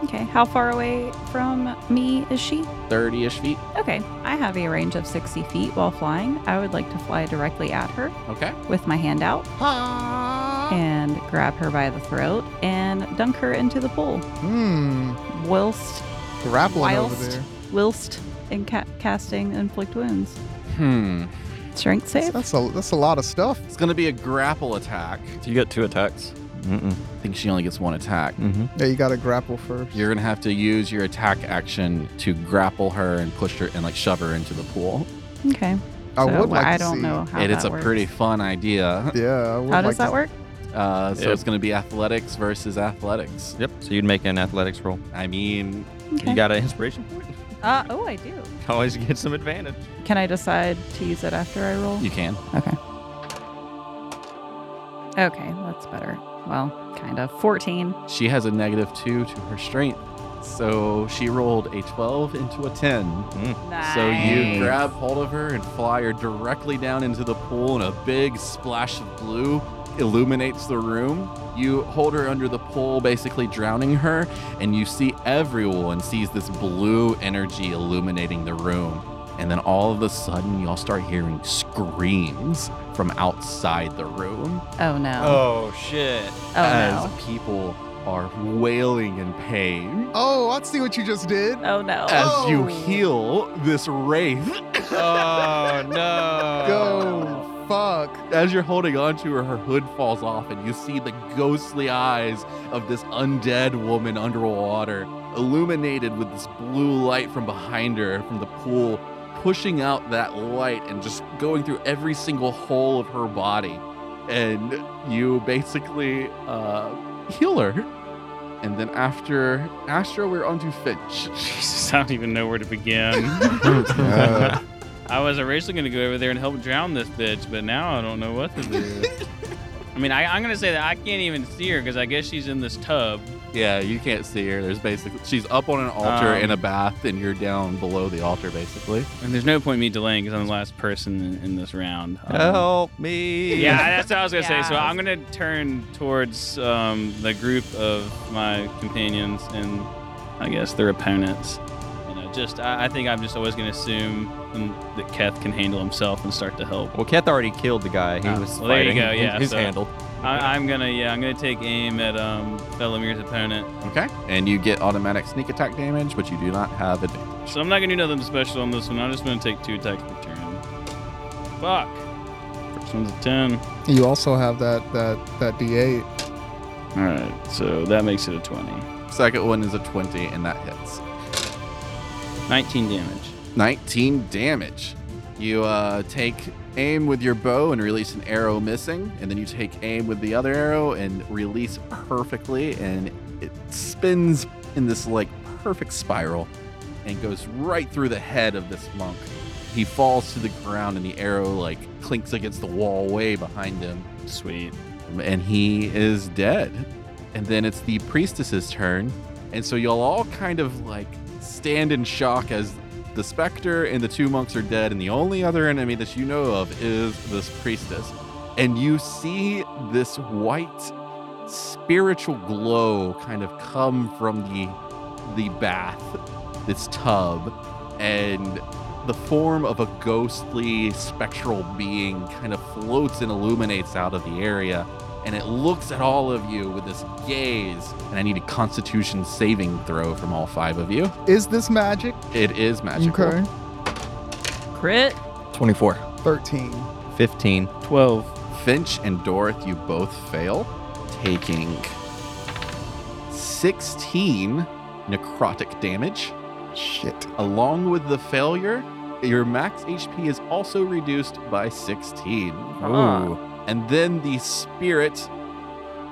S6: Okay, how far away from me is she?
S1: 30 ish feet.
S6: Okay, I have a range of 60 feet while flying. I would like to fly directly at her
S1: Okay.
S6: with my hand out and grab her by the throat and dunk her into the pool
S7: Hmm,
S6: whilst
S7: grappling over
S6: Whilst-
S7: there.
S6: whilst in ca- casting inflict wounds.
S1: Hmm.
S6: Strength save.
S7: That's a that's a lot of stuff.
S1: It's going to be a grapple attack.
S24: Do you get two attacks?
S5: Mm-mm.
S1: I think she only gets one attack.
S5: Mm-hmm.
S7: Yeah, you got to grapple first.
S1: You're going to have to use your attack action to grapple her and push her and like shove her into the pool.
S6: Okay.
S7: I
S6: so
S7: would like
S6: I
S7: to
S6: don't
S7: see.
S6: know how
S1: and
S6: that
S1: it's a
S6: works.
S1: pretty fun idea.
S7: Yeah. I would
S6: How
S7: like
S6: does
S7: to
S6: that work?
S1: Uh, so
S24: Yep.
S1: it's going to be athletics versus athletics.
S5: Yep. So you'd make an athletics roll.
S1: I mean,
S6: Okay.
S5: You got an inspiration point.
S6: uh, oh, I do.
S5: Always get some advantage.
S6: Can I decide to use it after I roll?
S1: you can.
S6: Okay, that's better. Well, kind of. 14.
S1: She has a negative two to her strength. So she rolled a 12 into a 10. So you grab hold of her and fly her directly down into the pool, and a big splash of blue illuminates the room. You hold her under the pool, basically drowning her, and you see everyone sees this blue energy illuminating the room. And then all of a sudden, y'all start hearing screams from outside the room
S6: Oh, no.
S25: Oh shit.
S6: Oh,
S1: as
S6: no.
S1: people are wailing in pain.
S7: Oh, I see what you just did.
S6: Oh, no.
S1: As you
S7: Oh.
S1: heal this wraith
S25: Oh no.
S7: Go fuck.
S1: as you're holding onto her, her hood falls off, and you see the ghostly eyes of this undead woman underwater, illuminated with this blue light from behind her, from the pool, pushing out that light and just going through every single hole of her body. And you basically uh, heal her. And then after Astro, we're onto Finch.
S4: Jesus, I don't even know where to begin.
S7: Uh.
S4: I was originally going to go over there and help drown this bitch, but now I don't know what to do. I mean, I, I'm going to say that I can't even see her because I guess she's in this tub.
S1: Yeah, you can't see her. There's basically she's up on an altar
S4: Um,
S1: in a bath, and you're down below the altar, basically.
S4: And there's no point in me delaying because I'm the last person in, in this round. Um,
S5: Help me.
S4: Yeah, that's what I was going to say. So
S6: Yeah.
S4: I'm going to turn towards um, the group of my companions and I guess their opponents. And I just, I, I think I'm just always going to assume um, that Keth can handle himself and start to help.
S5: Well, Keth already killed the guy. He
S4: Oh,
S5: was
S4: well, there you
S5: fighting.
S4: go, yeah,
S5: He's
S4: so-
S5: handled.
S4: I, I'm gonna, yeah, I'm gonna take aim at um Felamir's opponent.
S1: Okay. And you get automatic sneak attack damage, but you do not have advantage.
S4: So I'm not gonna do nothing special on this one. I'm just gonna take two attacks per turn. Fuck. First one's a ten.
S7: You also have that that that D8.
S4: All right, so that makes it a twenty.
S1: Second one is a 20, and that hits.
S4: Nineteen damage.
S1: 19 damage. You uh, take aim with your bow and release an arrow missing, and then you take aim with the other arrow and release perfectly, and it spins in this like perfect spiral and goes right through the head of this monk. He falls to the ground, and the arrow like clinks against the wall way behind him.
S4: Sweet.
S1: and he is dead. And then it's the priestess's turn. And so y'all all kind of like stand in shock as the specter and the two monks are dead. And the only other enemy that you know of is this priestess. And you see this white spiritual glow kind of come from the the bath, this tub, and the form of a ghostly spectral being kind of floats and illuminates out of the area and it looks at all of you with this gaze and i need a constitution saving throw from all five of you
S7: Is this magic?
S1: it is magical
S7: Okay.
S6: Crit.
S24: 24.
S7: 13.
S5: 15.
S4: Twelve.
S1: finch and dorothy you both fail taking 16 necrotic damage
S7: Shit.
S1: along with the failure your max hp is also reduced by 16
S6: Ah.
S1: And then the spirit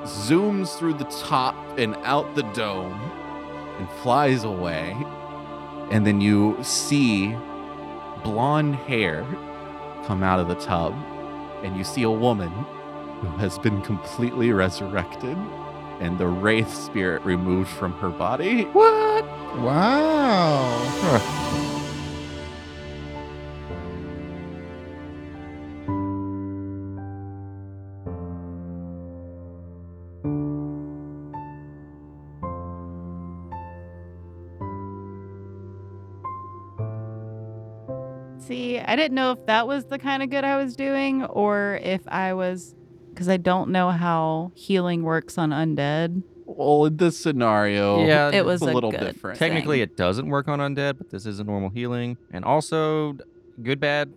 S1: zooms through the top and out the dome and flies away. And then you see blonde hair come out of the tub, and you see a woman who has been completely resurrected and the wraith spirit removed from her body. What?
S7: Wow.
S22: See, I didn't know if that was the kind of good I was doing or if I was because I don't know how healing works on undead.
S1: Well, in this
S9: Oh.
S1: scenario,
S5: Yeah,
S22: It was
S1: it's a little
S22: good
S1: different.
S22: thing.
S5: Technically, it doesn't work on undead, but this is a normal healing. And also, good, bad,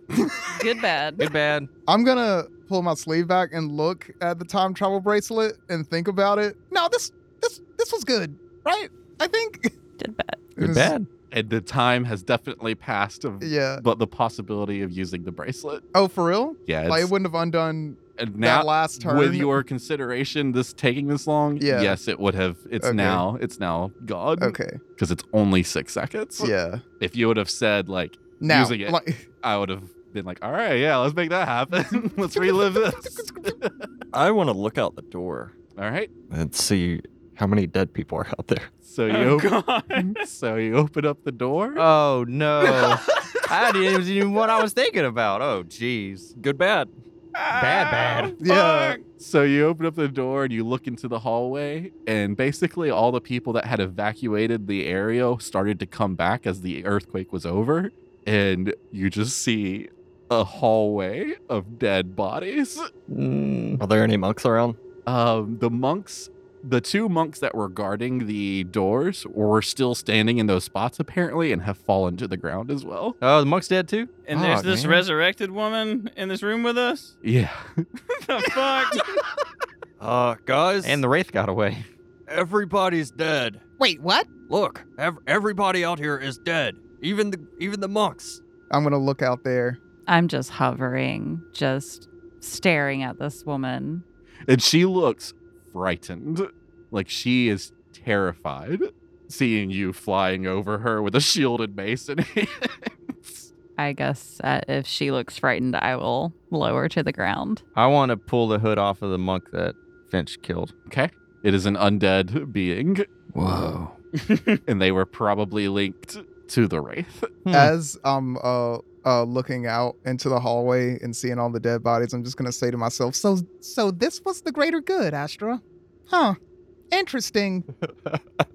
S22: good bad.
S5: good, bad.
S7: I'm gonna pull my sleeve back and look at the time travel bracelet and think about it. No, this this this was good, right? I think.
S22: Did bad.
S7: It was-
S1: and the time has definitely passed of
S7: Yeah.
S1: but the possibility of using the bracelet.
S7: Oh, for real?
S1: Yeah,
S7: Like it
S1: it's-
S7: wouldn't have undone
S1: and
S7: that
S1: now
S7: last turn.
S1: with your consideration this taking this long,
S7: Yeah.
S1: yes, it would have. It's
S7: Okay.
S1: now it's now gone
S7: okay.
S1: because it's only 6 seconds.
S7: Yeah.
S1: If you would have said like
S7: Now,
S1: Using it.
S7: like-
S1: I would have been like, "All right, yeah, let's make that happen. let's relive this."
S9: I want to look out the door
S1: All right.
S9: and see how many dead people are out there.
S1: So you
S4: Oh,
S1: open,
S4: God.
S1: so you open up the door.
S5: Oh, no. I didn't even know what I was thinking about. Oh, jeez.
S9: Good, bad.
S5: Bad, bad.
S7: yeah.
S1: So you open up the door and you look into the hallway, and basically all the people that had evacuated the area started to come back as the earthquake was over, and you just see a hallway of dead bodies.
S9: Are there any monks around?
S1: Um, the monks, the two monks that were guarding the doors, were still standing in those spots apparently, and have fallen to the ground as well.
S5: Oh, the monk's dead too?
S4: And there's
S5: Fuck,
S4: this
S5: man.
S4: resurrected woman in this room with us.
S1: Yeah.
S4: the fuck?
S9: Uh, guys,
S5: And the wraith got away.
S9: everybody's dead.
S3: Wait, what?
S9: Look, ev- everybody out here is dead. Even the even the monks.
S7: I'm gonna look out there.
S22: I'm just hovering, just staring at this woman.
S1: And she looks frightened. Like she is terrified seeing you flying over her with a shield and mace in hands.
S22: I guess uh, if she looks frightened, I will lower to the ground.
S5: I want to pull the hood off of the monk that Finch killed.
S1: Okay. It is an undead being,
S5: Whoa.
S1: and they were probably linked to the Wraith.
S5: Hmm.
S7: As I'm uh, uh, looking out into the hallway and seeing all the dead bodies, I'm just gonna say to myself, "So, so this was the greater good, Astra, huh? Interesting.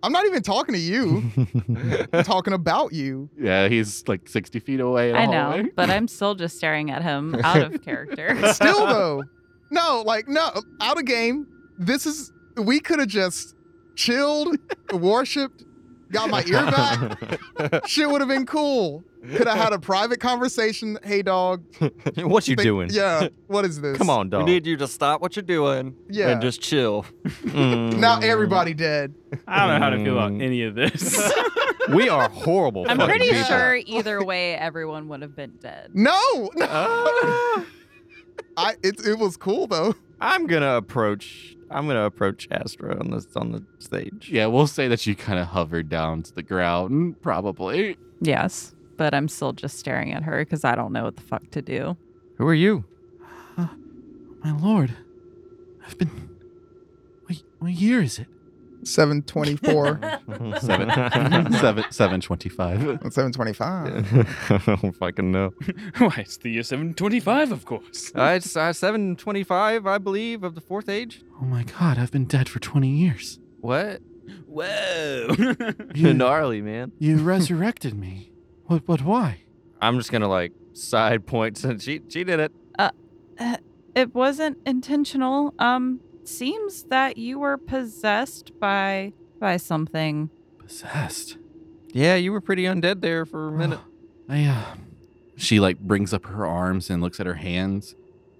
S7: I'm not even talking to you. I'm talking about you.
S1: Yeah, he's like 60 feet away. In the
S22: I know,
S1: hallway.
S22: but I'm still just staring at him out of character.
S7: Still though, no, like no, out of game. This is we could have just chilled, worshipped, got my ear back." shit would have been cool. Could have had a private conversation. Hey, dog.
S5: what you
S7: think-
S5: doing?
S7: Yeah. What is this?
S5: Come on,
S9: we
S5: dog.
S9: need you to stop what you're doing
S7: Yeah.
S9: and just chill.
S5: Mm.
S7: now everybody dead.
S4: I don't know how to feel about
S5: Mm.
S4: any of this.
S5: We are horrible.
S22: I'm
S5: fucking
S22: pretty
S5: people.
S22: sure either way, everyone would have been dead.
S7: No. no.
S5: Ah.
S7: I. It, it was cool though.
S5: I'm gonna approach. I'm gonna approach Astra on the on the stage.
S1: Yeah, we'll say that you kind of hovered down to the ground, probably.
S22: Yes, but I'm still just staring at her because I don't know what the fuck to do.
S5: Who are you?
S1: My lord, I've been. What, what year is it?
S7: Seven twenty-four.
S1: Seven, seven, seven twenty-five.
S7: Seven twenty-five.
S5: I don't fucking know.
S4: Why, it's the year 725, of course.
S5: Uh, it's uh, 725, I believe, of the fourth age.
S1: Oh my god, I've been dead for twenty years.
S5: What?
S4: Whoa.
S5: Gnarly, man.
S1: You resurrected me. What? But why?
S5: I'm just gonna like side point since she she did it.
S6: It wasn't intentional. Um,
S22: Seems that you were possessed by by something.
S1: Possessed.
S5: Yeah, you were pretty undead there for a minute.
S1: I. Uh, she like brings up her arms and looks at her hands.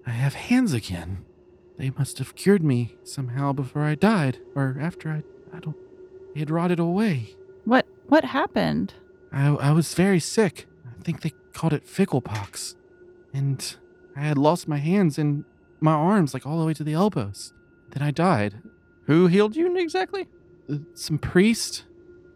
S1: I have hands again. They must have cured me somehow before I died, or after I. I don't. It had rotted away.
S22: What what happened?
S1: I, I was very sick. I think they called it fickle pox. And I had lost my hands and my arms, like all the way to the elbows. Then I died.
S5: Who healed you exactly?
S26: Uh, some priest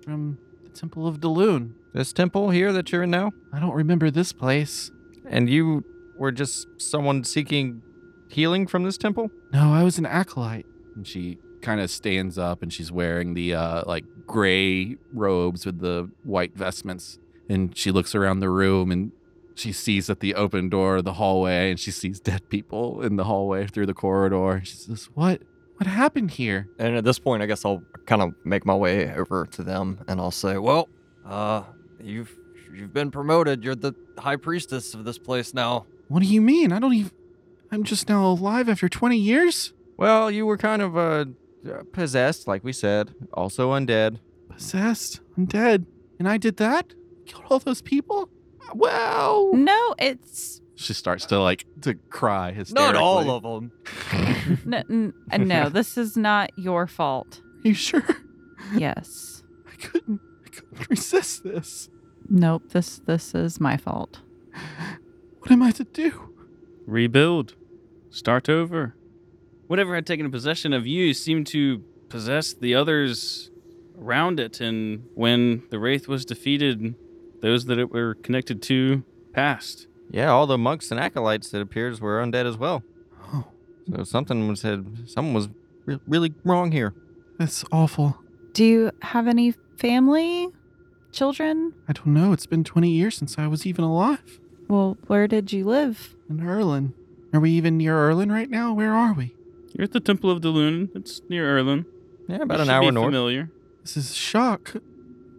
S26: from the Temple of Dalun.
S5: This temple here that you're in now?
S26: I don't remember this place.
S5: And you were just someone seeking healing from this temple?
S26: No, I was an acolyte.
S1: And she kind of stands up and she's wearing the uh, like gray robes with the white vestments. And she looks around the room and she sees at the open door of the hallway and she sees dead people in the hallway through the corridor. She says, What? What happened here?
S9: And at this point, I guess I'll kind of make my way over to them and I'll say, "Well, uh, you've you've been promoted. You're the high priestess of this place now."
S26: What do you mean? I don't even. I'm just now alive after 20 years?
S5: Well, you were kind of uh, possessed, like we said, also undead.
S26: Possessed? I'm dead. And I did that? Killed all those people? Well.
S6: No, it's
S1: She starts to like to cry hysterically.
S9: Not all of them.
S6: n- n- no. This is not your fault.
S26: Are you sure?
S6: Yes.
S26: I couldn't. I couldn't resist this.
S6: Nope. This this is my fault.
S26: What am I to do?
S4: Rebuild. Start over. Whatever had taken possession of you seemed to possess the others around it, and when the Wraith was defeated, those that it were connected to passed.
S5: Yeah, all the monks and acolytes, it appears, were undead as well.
S26: Oh,
S5: So something was had, something was re- really wrong here.
S26: that's awful.
S27: Do you have any family? Children?
S26: I don't know. It's been 20 years since I was even alive.
S27: Well, where did you live?
S26: In Erlin. Are we even near Erlin right now? Where are we?
S4: You're at the Temple of Dalun. It's near Erlin.
S5: Yeah, about
S4: You
S5: an
S4: should
S5: hour
S4: be
S5: north.
S4: Familiar.
S26: This is a shock.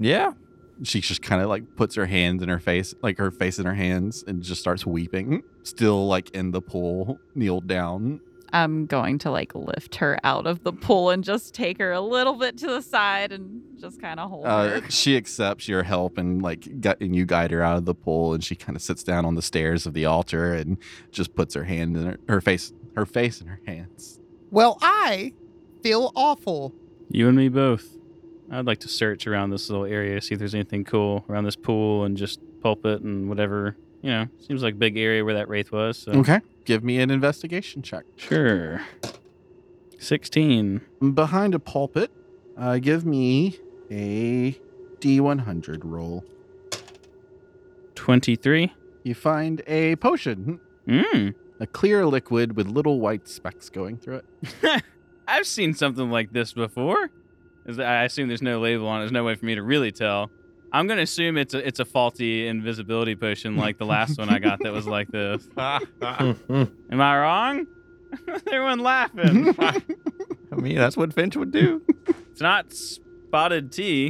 S5: Yeah,
S1: she just kind of like puts her hands in her face, like her face in her hands, and just starts weeping. Still like in the pool, kneeled down.
S6: I'm going to like lift her out of the pool and just take her a little bit to the side and just kind of hold
S1: Uh,
S6: her.
S1: she accepts your help and like gu- and you guide her out of the pool, and she kind of sits down on the stairs of the altar and just puts her hand in her, her face, her face in her hands.
S28: Well, I feel awful.
S4: You and me both. I'd like to search around this little area, see if there's anything cool around this pool and just pulpit and whatever. You know, seems like a big area where that wraith was. So.
S1: Okay, give me an investigation check.
S4: Sure. 16.
S1: Behind a pulpit, uh, give me a D100 roll.
S4: 23.
S1: You find a potion,
S4: Mm.
S1: a clear liquid with little white specks going through it.
S4: I've seen something like this before. Is that- I assume there's no label on it. There's no way for me to really tell. I'm going to assume it's a, it's a faulty invisibility potion like the last one I got that was like this. Am I wrong? Everyone laughing.
S5: I mean that's what Finch would do.
S4: it's not spotted tea.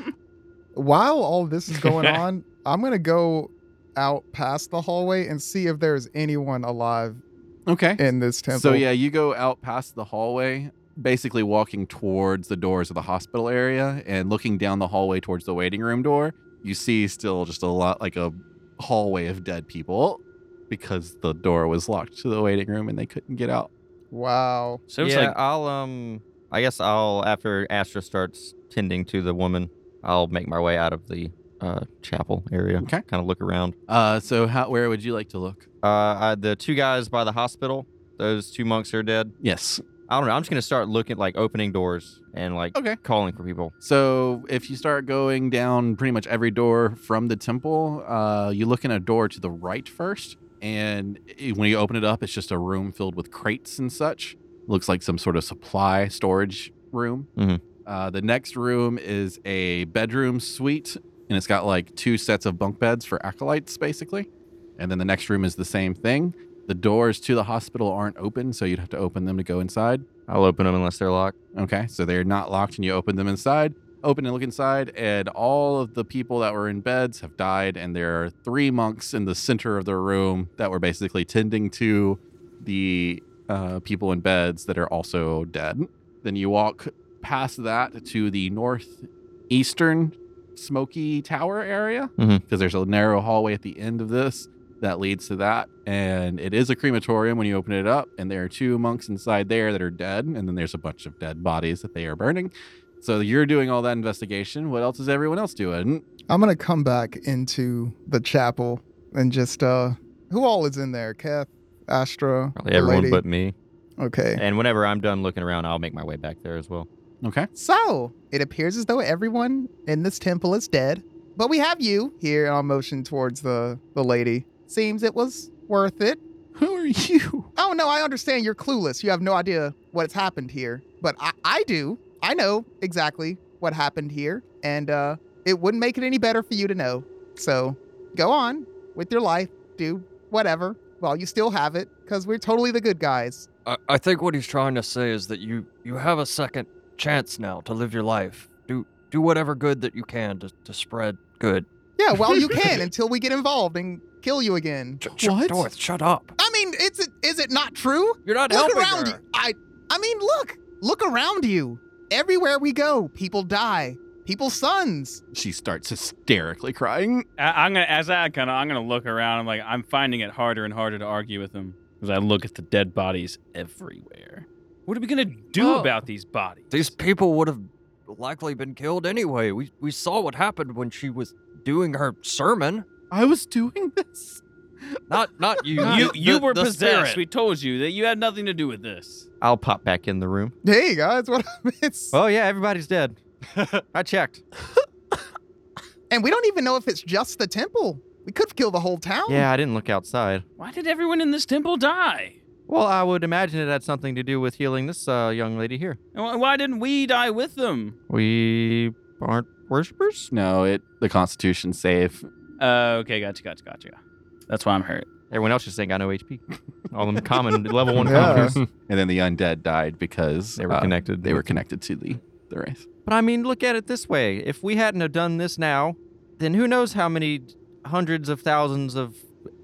S7: While all this is going on, I'm gonna go out past the hallway and see if there is anyone alive
S1: Okay.
S7: in this temple.
S1: So yeah, you go out past the hallway, basically walking towards the doors of the hospital area and looking down the hallway towards the waiting room door. You see still just a lot like a hallway of dead people because the door was locked to the waiting room and they couldn't get out.
S7: Wow.
S4: so it's
S5: yeah,
S4: like
S5: I'll um, I guess I'll after Astra starts tending to the woman, I'll make my way out of the uh chapel area.
S1: Okay.
S5: kind of look around.
S1: Uh, so how where would you like to look?
S5: Uh, I, the two guys by the hospital, those two monks are dead.
S1: Yes.
S5: I don't know. I'm just gonna start looking like opening doors and like
S1: Okay.
S5: calling for people.
S1: So if you start going down pretty much every door from the temple, uh, you look in a door to the right first, and i- when you open it up, it's just a room filled with crates and such. Looks like some sort of supply storage room.
S5: Mhm.
S1: Uh, the next room is a bedroom suite, and it's got like two sets of bunk beds for acolytes, basically. And then the next room is the same thing. The doors to the hospital aren't open, so you'd have to open them to go inside.
S5: I'll open them unless they're locked.
S1: Okay, so they're not locked, and you open them inside. Open and look inside, and all of the people that were in beds have died, and there are three monks in the center of the room that were basically tending to the uh, people in beds that are also dead. Then you walk past that to the northeastern smoky tower area because
S5: Mhm.
S1: there's a narrow hallway at the end of this that leads to that and it is a crematorium when you open it up and there are two monks inside there that are dead and then there's a bunch of dead bodies that they are burning so you're doing all that investigation what else is everyone else doing
S7: I'm gonna come back into the chapel and just uh who all is in there? Keth, Astra,
S5: Probably
S7: the
S5: everyone
S7: lady.
S5: but me.
S7: Okay.
S5: And whenever I'm done looking around, I'll make my way back there as well.
S1: Okay.
S7: So it appears as though everyone in this temple is dead, but we have you here. And I'll motion towards the the lady. Seems it was worth it.
S1: Who are you?
S7: Oh no, I understand. You're clueless. You have no idea what's happened here, but I, I do. I know exactly what happened here, and uh, it wouldn't make it any better for you to know. So go on with your life. Do whatever while you still have it, because we're totally the good guys.
S9: I, I think what he's trying to say is that you you have a second chance now to live your life. Do do whatever good that you can to, to spread good.
S7: Yeah, well, you can until we get involved and kill you again.
S9: Sh- sh-
S1: What?
S9: Dorth, shut up.
S7: I mean, it's it, is it not true?
S9: You're not
S7: look
S9: helping
S7: around
S9: her.
S7: you. I I mean, look, look around you. Everywhere we go, people die. People's sons.
S10: She starts hysterically crying.
S4: I, I'm gonna as I kind of I'm gonna look around. I'm like I'm finding it harder and harder to argue with him because I look at the dead bodies everywhere. What are we gonna do
S9: Oh.
S4: about these bodies?
S9: These people would have likely been killed anyway. We we saw what happened when she was doing her sermon.
S1: I was doing this.
S9: Not not you.
S4: you
S9: the-
S4: you were
S9: the
S4: possessed.
S9: spirit.
S4: We told you that you had nothing to do with this.
S5: I'll pop back in the room.
S7: Hey guys, what up? It's,
S5: Oh yeah, everybody's dead. I checked.
S7: and we don't even know if it's just the temple. We could kill the whole town.
S5: Yeah, I didn't look outside.
S4: Why did everyone in this temple die?
S5: Well, I would imagine it had something to do with healing this uh, young lady here.
S4: And wh- why didn't we die with them?
S5: We aren't worshippers.
S10: No, it the Constitution safe.
S4: Uh, okay, gotcha, gotcha, gotcha. That's why I'm hurt.
S5: Everyone else just ain't got no HP. All them common level one
S7: Yeah.
S5: commoners.
S10: And then the undead died because
S5: They were
S10: uh,
S5: connected.
S10: They were connected to the the race.
S5: But I mean, look at it this way: if we hadn't have done this now, then who knows how many hundreds of thousands of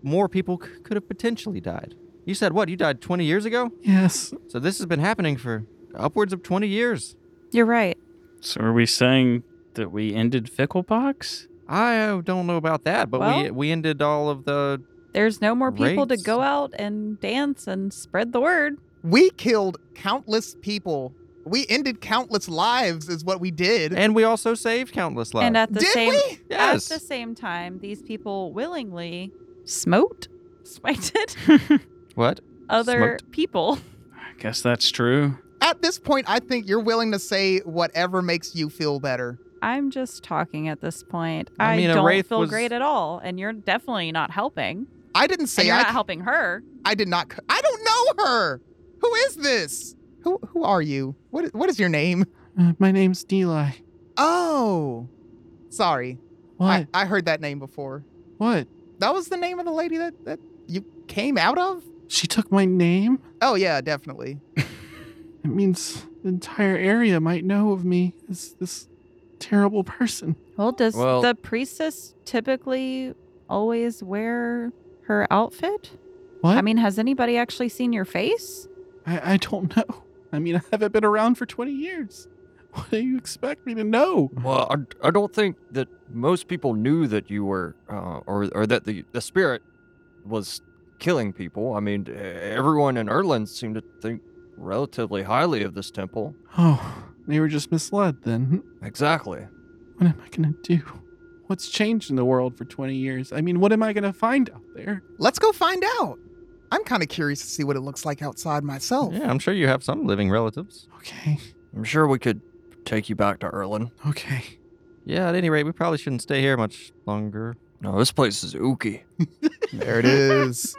S5: more people c- could have potentially died. You said what? You died 20 years ago?
S10: Yes.
S5: So this has been happening for upwards of 20 years.
S6: You're right.
S4: So are we saying that we ended Ficklebox?
S5: I uh, don't know about that, but we
S6: Well-
S5: we ended all of the
S6: There's no more people
S5: Rates.
S6: to go out and dance and spread the word.
S7: We killed countless people. We ended countless lives, is what we did.
S5: and we also saved countless lives.
S6: And uh, at the
S7: did
S6: same
S7: we?
S5: yes.
S6: at the same time, these people willingly smote, smited
S5: What?
S6: other people.
S4: I guess that's true.
S7: At this point, I think you're willing to say whatever makes you feel better.
S6: I'm just talking at this point.
S5: I
S6: I,
S5: mean, a
S6: don't
S5: wraith
S6: feel
S5: was-
S6: great at all, and you're definitely not helping.
S7: I didn't
S6: and
S7: say
S6: you're
S7: I,
S6: not helping her.
S7: I did not. c- I don't know her. Who is this? Who who are you? What what is your name?
S10: Uh, my name's Deli.
S7: Oh, sorry.
S10: What?
S7: I, I heard that name before.
S10: what?
S7: That was the name of the lady that that you came out of.
S10: She took my name?
S7: Oh yeah, definitely.
S10: It means the entire area might know of me as this terrible person.
S6: Well, does
S9: Well-
S6: the priestess typically always wear her outfit?
S10: What?
S6: I mean, has anybody actually seen your face?
S10: I, I don't know. I mean, I haven't been around for 20 years. What do you expect me to know?
S9: Well, I, I don't think that most people knew that you were, uh, or or that the the spirit was killing people. I mean, e- everyone in Erland seemed to think relatively highly of this temple.
S10: Oh, they were just misled then.
S9: Exactly.
S10: What am I going to do? What's changed in the world for 20 years? I mean, what am I going to find out there?
S7: Let's go find out. I'm kind of curious to see what it looks like outside
S6: Oh.
S7: myself.
S5: Yeah, I'm sure you have some living relatives.
S10: Okay,
S9: I'm sure we could take you back to Erland.
S10: okay.
S5: Yeah, at any rate, we probably shouldn't stay here much longer.
S9: No, this place is ooky.
S7: There it is.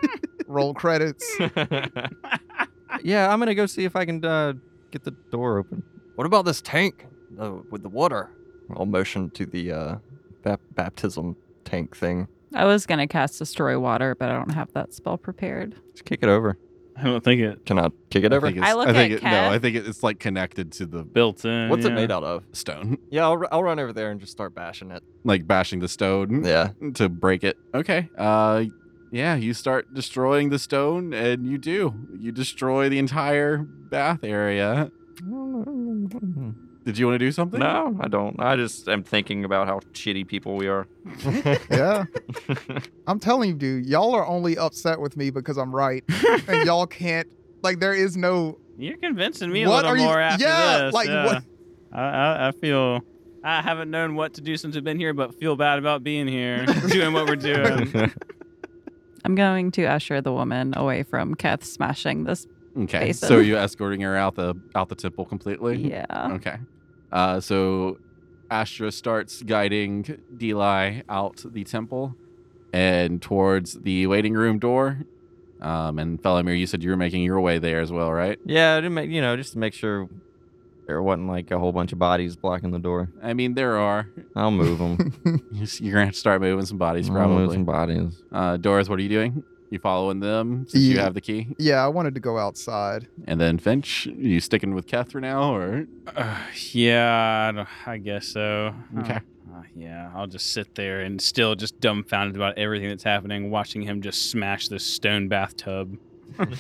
S7: Roll credits.
S5: yeah, I'm gonna go see if I can uh, get the door open.
S9: What about this tank uh, with the water? I'll motion to the uh, bap- baptism tank thing.
S22: I was gonna cast destroy water, but I don't have that spell prepared.
S5: Just kick it over.
S4: I don't think it
S9: Can I kick it over?
S6: I look at
S10: it,
S6: Kath.
S10: No, I think it, it's like connected to the
S4: built in.
S9: What's
S4: yeah.
S9: it made out of?
S10: stone,
S9: Yeah, I'll, r- I'll run over there and just start bashing it.
S10: like bashing the stone.
S9: Yeah.
S10: to break it. Okay. Uh yeah, you start destroying the stone and you do. You destroy the entire bath area.
S5: No,
S10: Did you want to do something?
S5: I don't. I just am thinking about how shitty people we are.
S7: Yeah. I'm telling you, dude, y'all are only upset with me because I'm right. and y'all can't like there is no
S4: You're convincing me
S7: What
S4: a
S7: are you-
S4: little more after
S7: yeah,
S4: this.
S7: like,
S4: yeah.
S7: what-
S4: I, I, I feel I haven't known what to do since I've been here, but feel bad about being here, doing what we're doing.
S22: I'm going to usher the woman away from Keth smashing this
S1: Okay.
S22: Basin.
S1: So you're escorting her out the out the temple completely?
S22: Yeah.
S1: Okay. Uh, so Astra starts guiding Deli out the temple and towards the waiting room door. Um, and Felomir, you said you were making your way there as well, right?
S5: Yeah, to make you know, just to make sure there wasn't like a whole bunch of bodies blocking the door.
S1: I mean, there are.
S5: I'll move them.
S1: You're gonna have to start moving some bodies,
S5: I'll move
S1: probably.
S5: some bodies.
S1: Uh, Doris, what are you doing? You following them since you
S7: Yeah.
S1: have the key?
S7: Yeah, I wanted to go outside.
S1: And then Finch, you sticking with Keth for now, or
S4: Uh, yeah, I, don't- I guess so.
S1: Okay.
S4: Uh, yeah, I'll just sit there and still just dumbfounded about everything that's happening, watching him just smash this stone bathtub.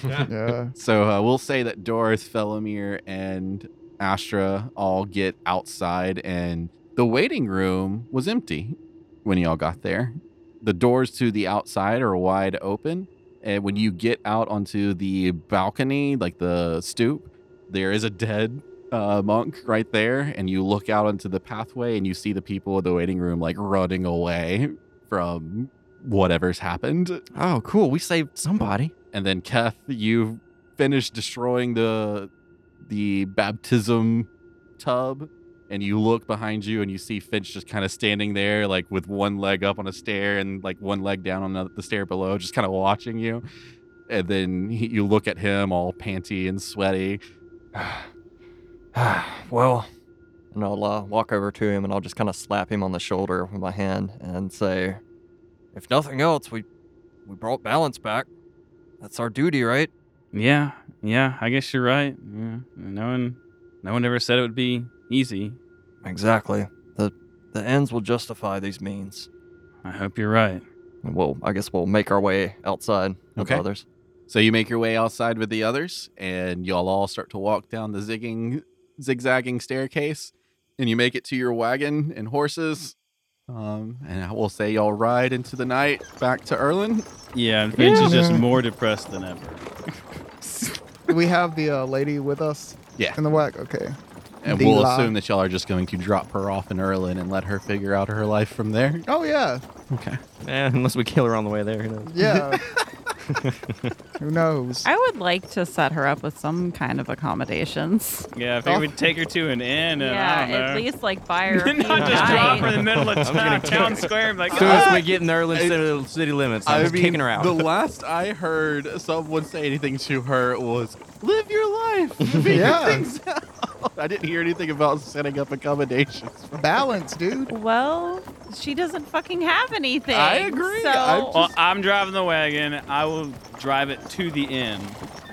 S7: Yeah.
S1: So uh, we'll say that Doris, Felomir, and Astra all get outside, and the waiting room was empty when y'all got there. The doors to the outside are wide open, and when you get out onto the balcony, like the stoop, there is a dead uh, monk right there, and you look out onto the pathway, and you see the people of the waiting room like running away from whatever's happened
S5: Oh, cool. We saved somebody.
S1: and then Keth, you finish destroying the the baptism tub, and you look behind you and you see Finch just kind of standing there, like with one leg up on a stair and like one leg down on the- the stair below, just kind of watching you. And then he, you look at him all panty and sweaty.
S9: well, and I'll uh, walk over to him and I'll just kind of slap him on the shoulder with my hand and say, "If nothing else, we we brought balance back. That's our duty, right?"
S4: Yeah, yeah, I guess you're right. Yeah. No one, no one ever said it would be easy.
S9: Exactly. the The ends will justify these means.
S4: I hope you're right.
S9: And we'll, I guess, we'll make our way outside with
S1: Okay.
S9: others.
S1: So you make your way outside with the others, and y'all all start to walk down the zigging, zigzagging staircase, and you make it to your wagon and horses. Um, and I will say y'all ride into the night back to Erlin.
S4: Yeah, and Finch is just
S7: Yeah.
S4: more depressed than ever.
S7: Do we have the uh, lady with us?
S1: Yeah.
S7: In the whack? Okay.
S1: And we'll
S7: Deli.
S1: assume that y'all are just going to drop her off in Erlin and let her figure out her life from there.
S7: Oh, yeah.
S1: Okay.
S5: Eh, unless we kill her on the way there. Who knows?
S7: Yeah. Who knows?
S22: I would like to set her up with some kind of accommodations.
S4: Yeah, I think we'd take her to an inn, and
S22: yeah,
S4: I don't know.
S22: at least like buy her. a
S4: Not
S22: few
S4: just drop her in
S22: nights.
S4: the middle of town, town square. and be Like,
S5: As soon as
S4: "Ah!"
S5: we get in the Erlin city, city limits, I'm just kicking her out.
S1: the last I heard someone say anything to her was, live your life. figure
S7: Yeah.
S1: things out." I didn't hear anything about setting up accommodations.
S7: Balance, dude.
S22: Well, she doesn't fucking have anything.
S1: I agree.
S22: So
S1: I'm
S4: Well, I'm driving the wagon. I will drive it to the inn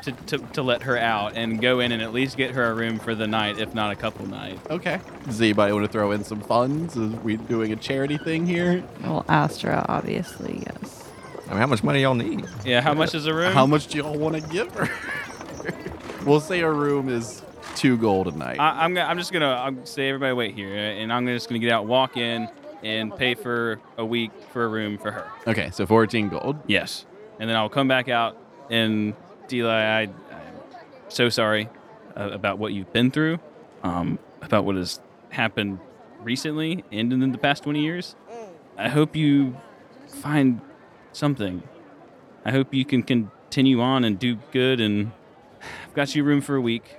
S4: to, to, to let her out and go in and at least get her a room for the night, if not a couple nights.
S1: Okay. Does anybody want to throw in some funds? Is we doing a charity thing here?
S22: well, Astra, obviously, yes.
S5: I mean, how much money y'all need?
S4: Yeah, how much is a room?
S1: How much do y'all want to give her? we'll say a room is two gold a night.
S4: I, I'm, gonna, I'm just gonna I'm say everybody wait here, and I'm just gonna get out, walk in, and pay for a week for a room for her.
S1: okay, so 14 gold.
S4: Yes, and then I'll come back out and Deli, I, I'm so sorry uh, about what you've been through, um, about what has happened recently and in the past 20 years. I hope you find something. I hope you can continue on and do good. And I've got you room for a week.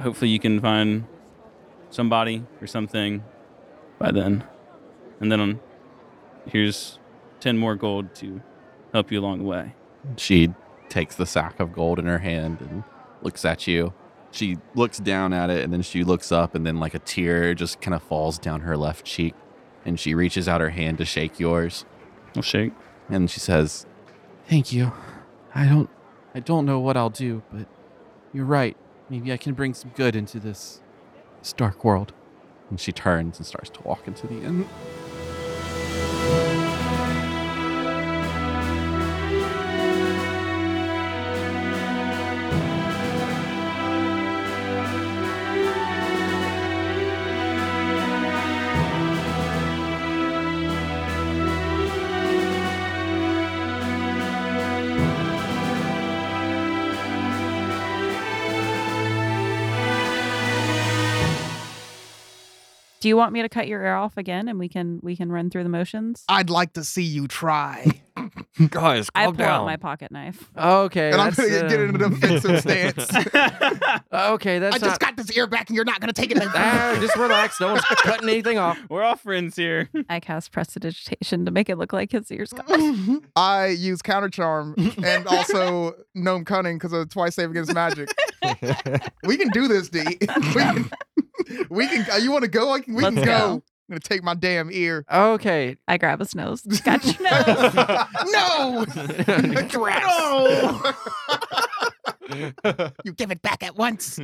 S4: Hopefully, you can find somebody or something by then. And then um, here's 10 more gold to help you along the way.
S1: She takes the sack of gold in her hand and looks at you. She looks down at it and then she looks up and then like a tear just kind of falls down her left cheek and she reaches out her hand to shake yours.
S4: I'll shake.
S1: and she says, "Thank you. I don't I don't know what I'll do, but you're right. Maybe I can bring some good into this this dark world." And she turns and starts to walk into the inn.
S22: Do you want me to cut your ear off again, and we can we can run through the motions?
S7: I'd like to see you try.
S9: Guys,
S6: I
S9: calm
S6: pull
S9: down.
S6: out my pocket knife.
S2: Okay.
S7: and I'm
S2: that's,
S7: gonna get, get
S2: uh,
S7: into the defensive stance.
S2: Okay, that's
S7: I just
S2: not.
S7: got this ear back, and you're not gonna take it. Like
S2: Ah, just relax. No one's cutting anything off.
S4: We're all friends here.
S6: I cast prestidigitation to make it look like his ears gone.
S7: I use counter charm and also gnome cunning because of twice save against magic. we can do this, D. We can. We can uh, you want to go? I can, we can
S6: Let's
S7: go.
S6: go.
S7: I'm gonna take my damn ear.
S2: Okay.
S6: I grab his nose. Got your nose.
S7: no.
S2: Thrax.
S7: No. you give it back at once.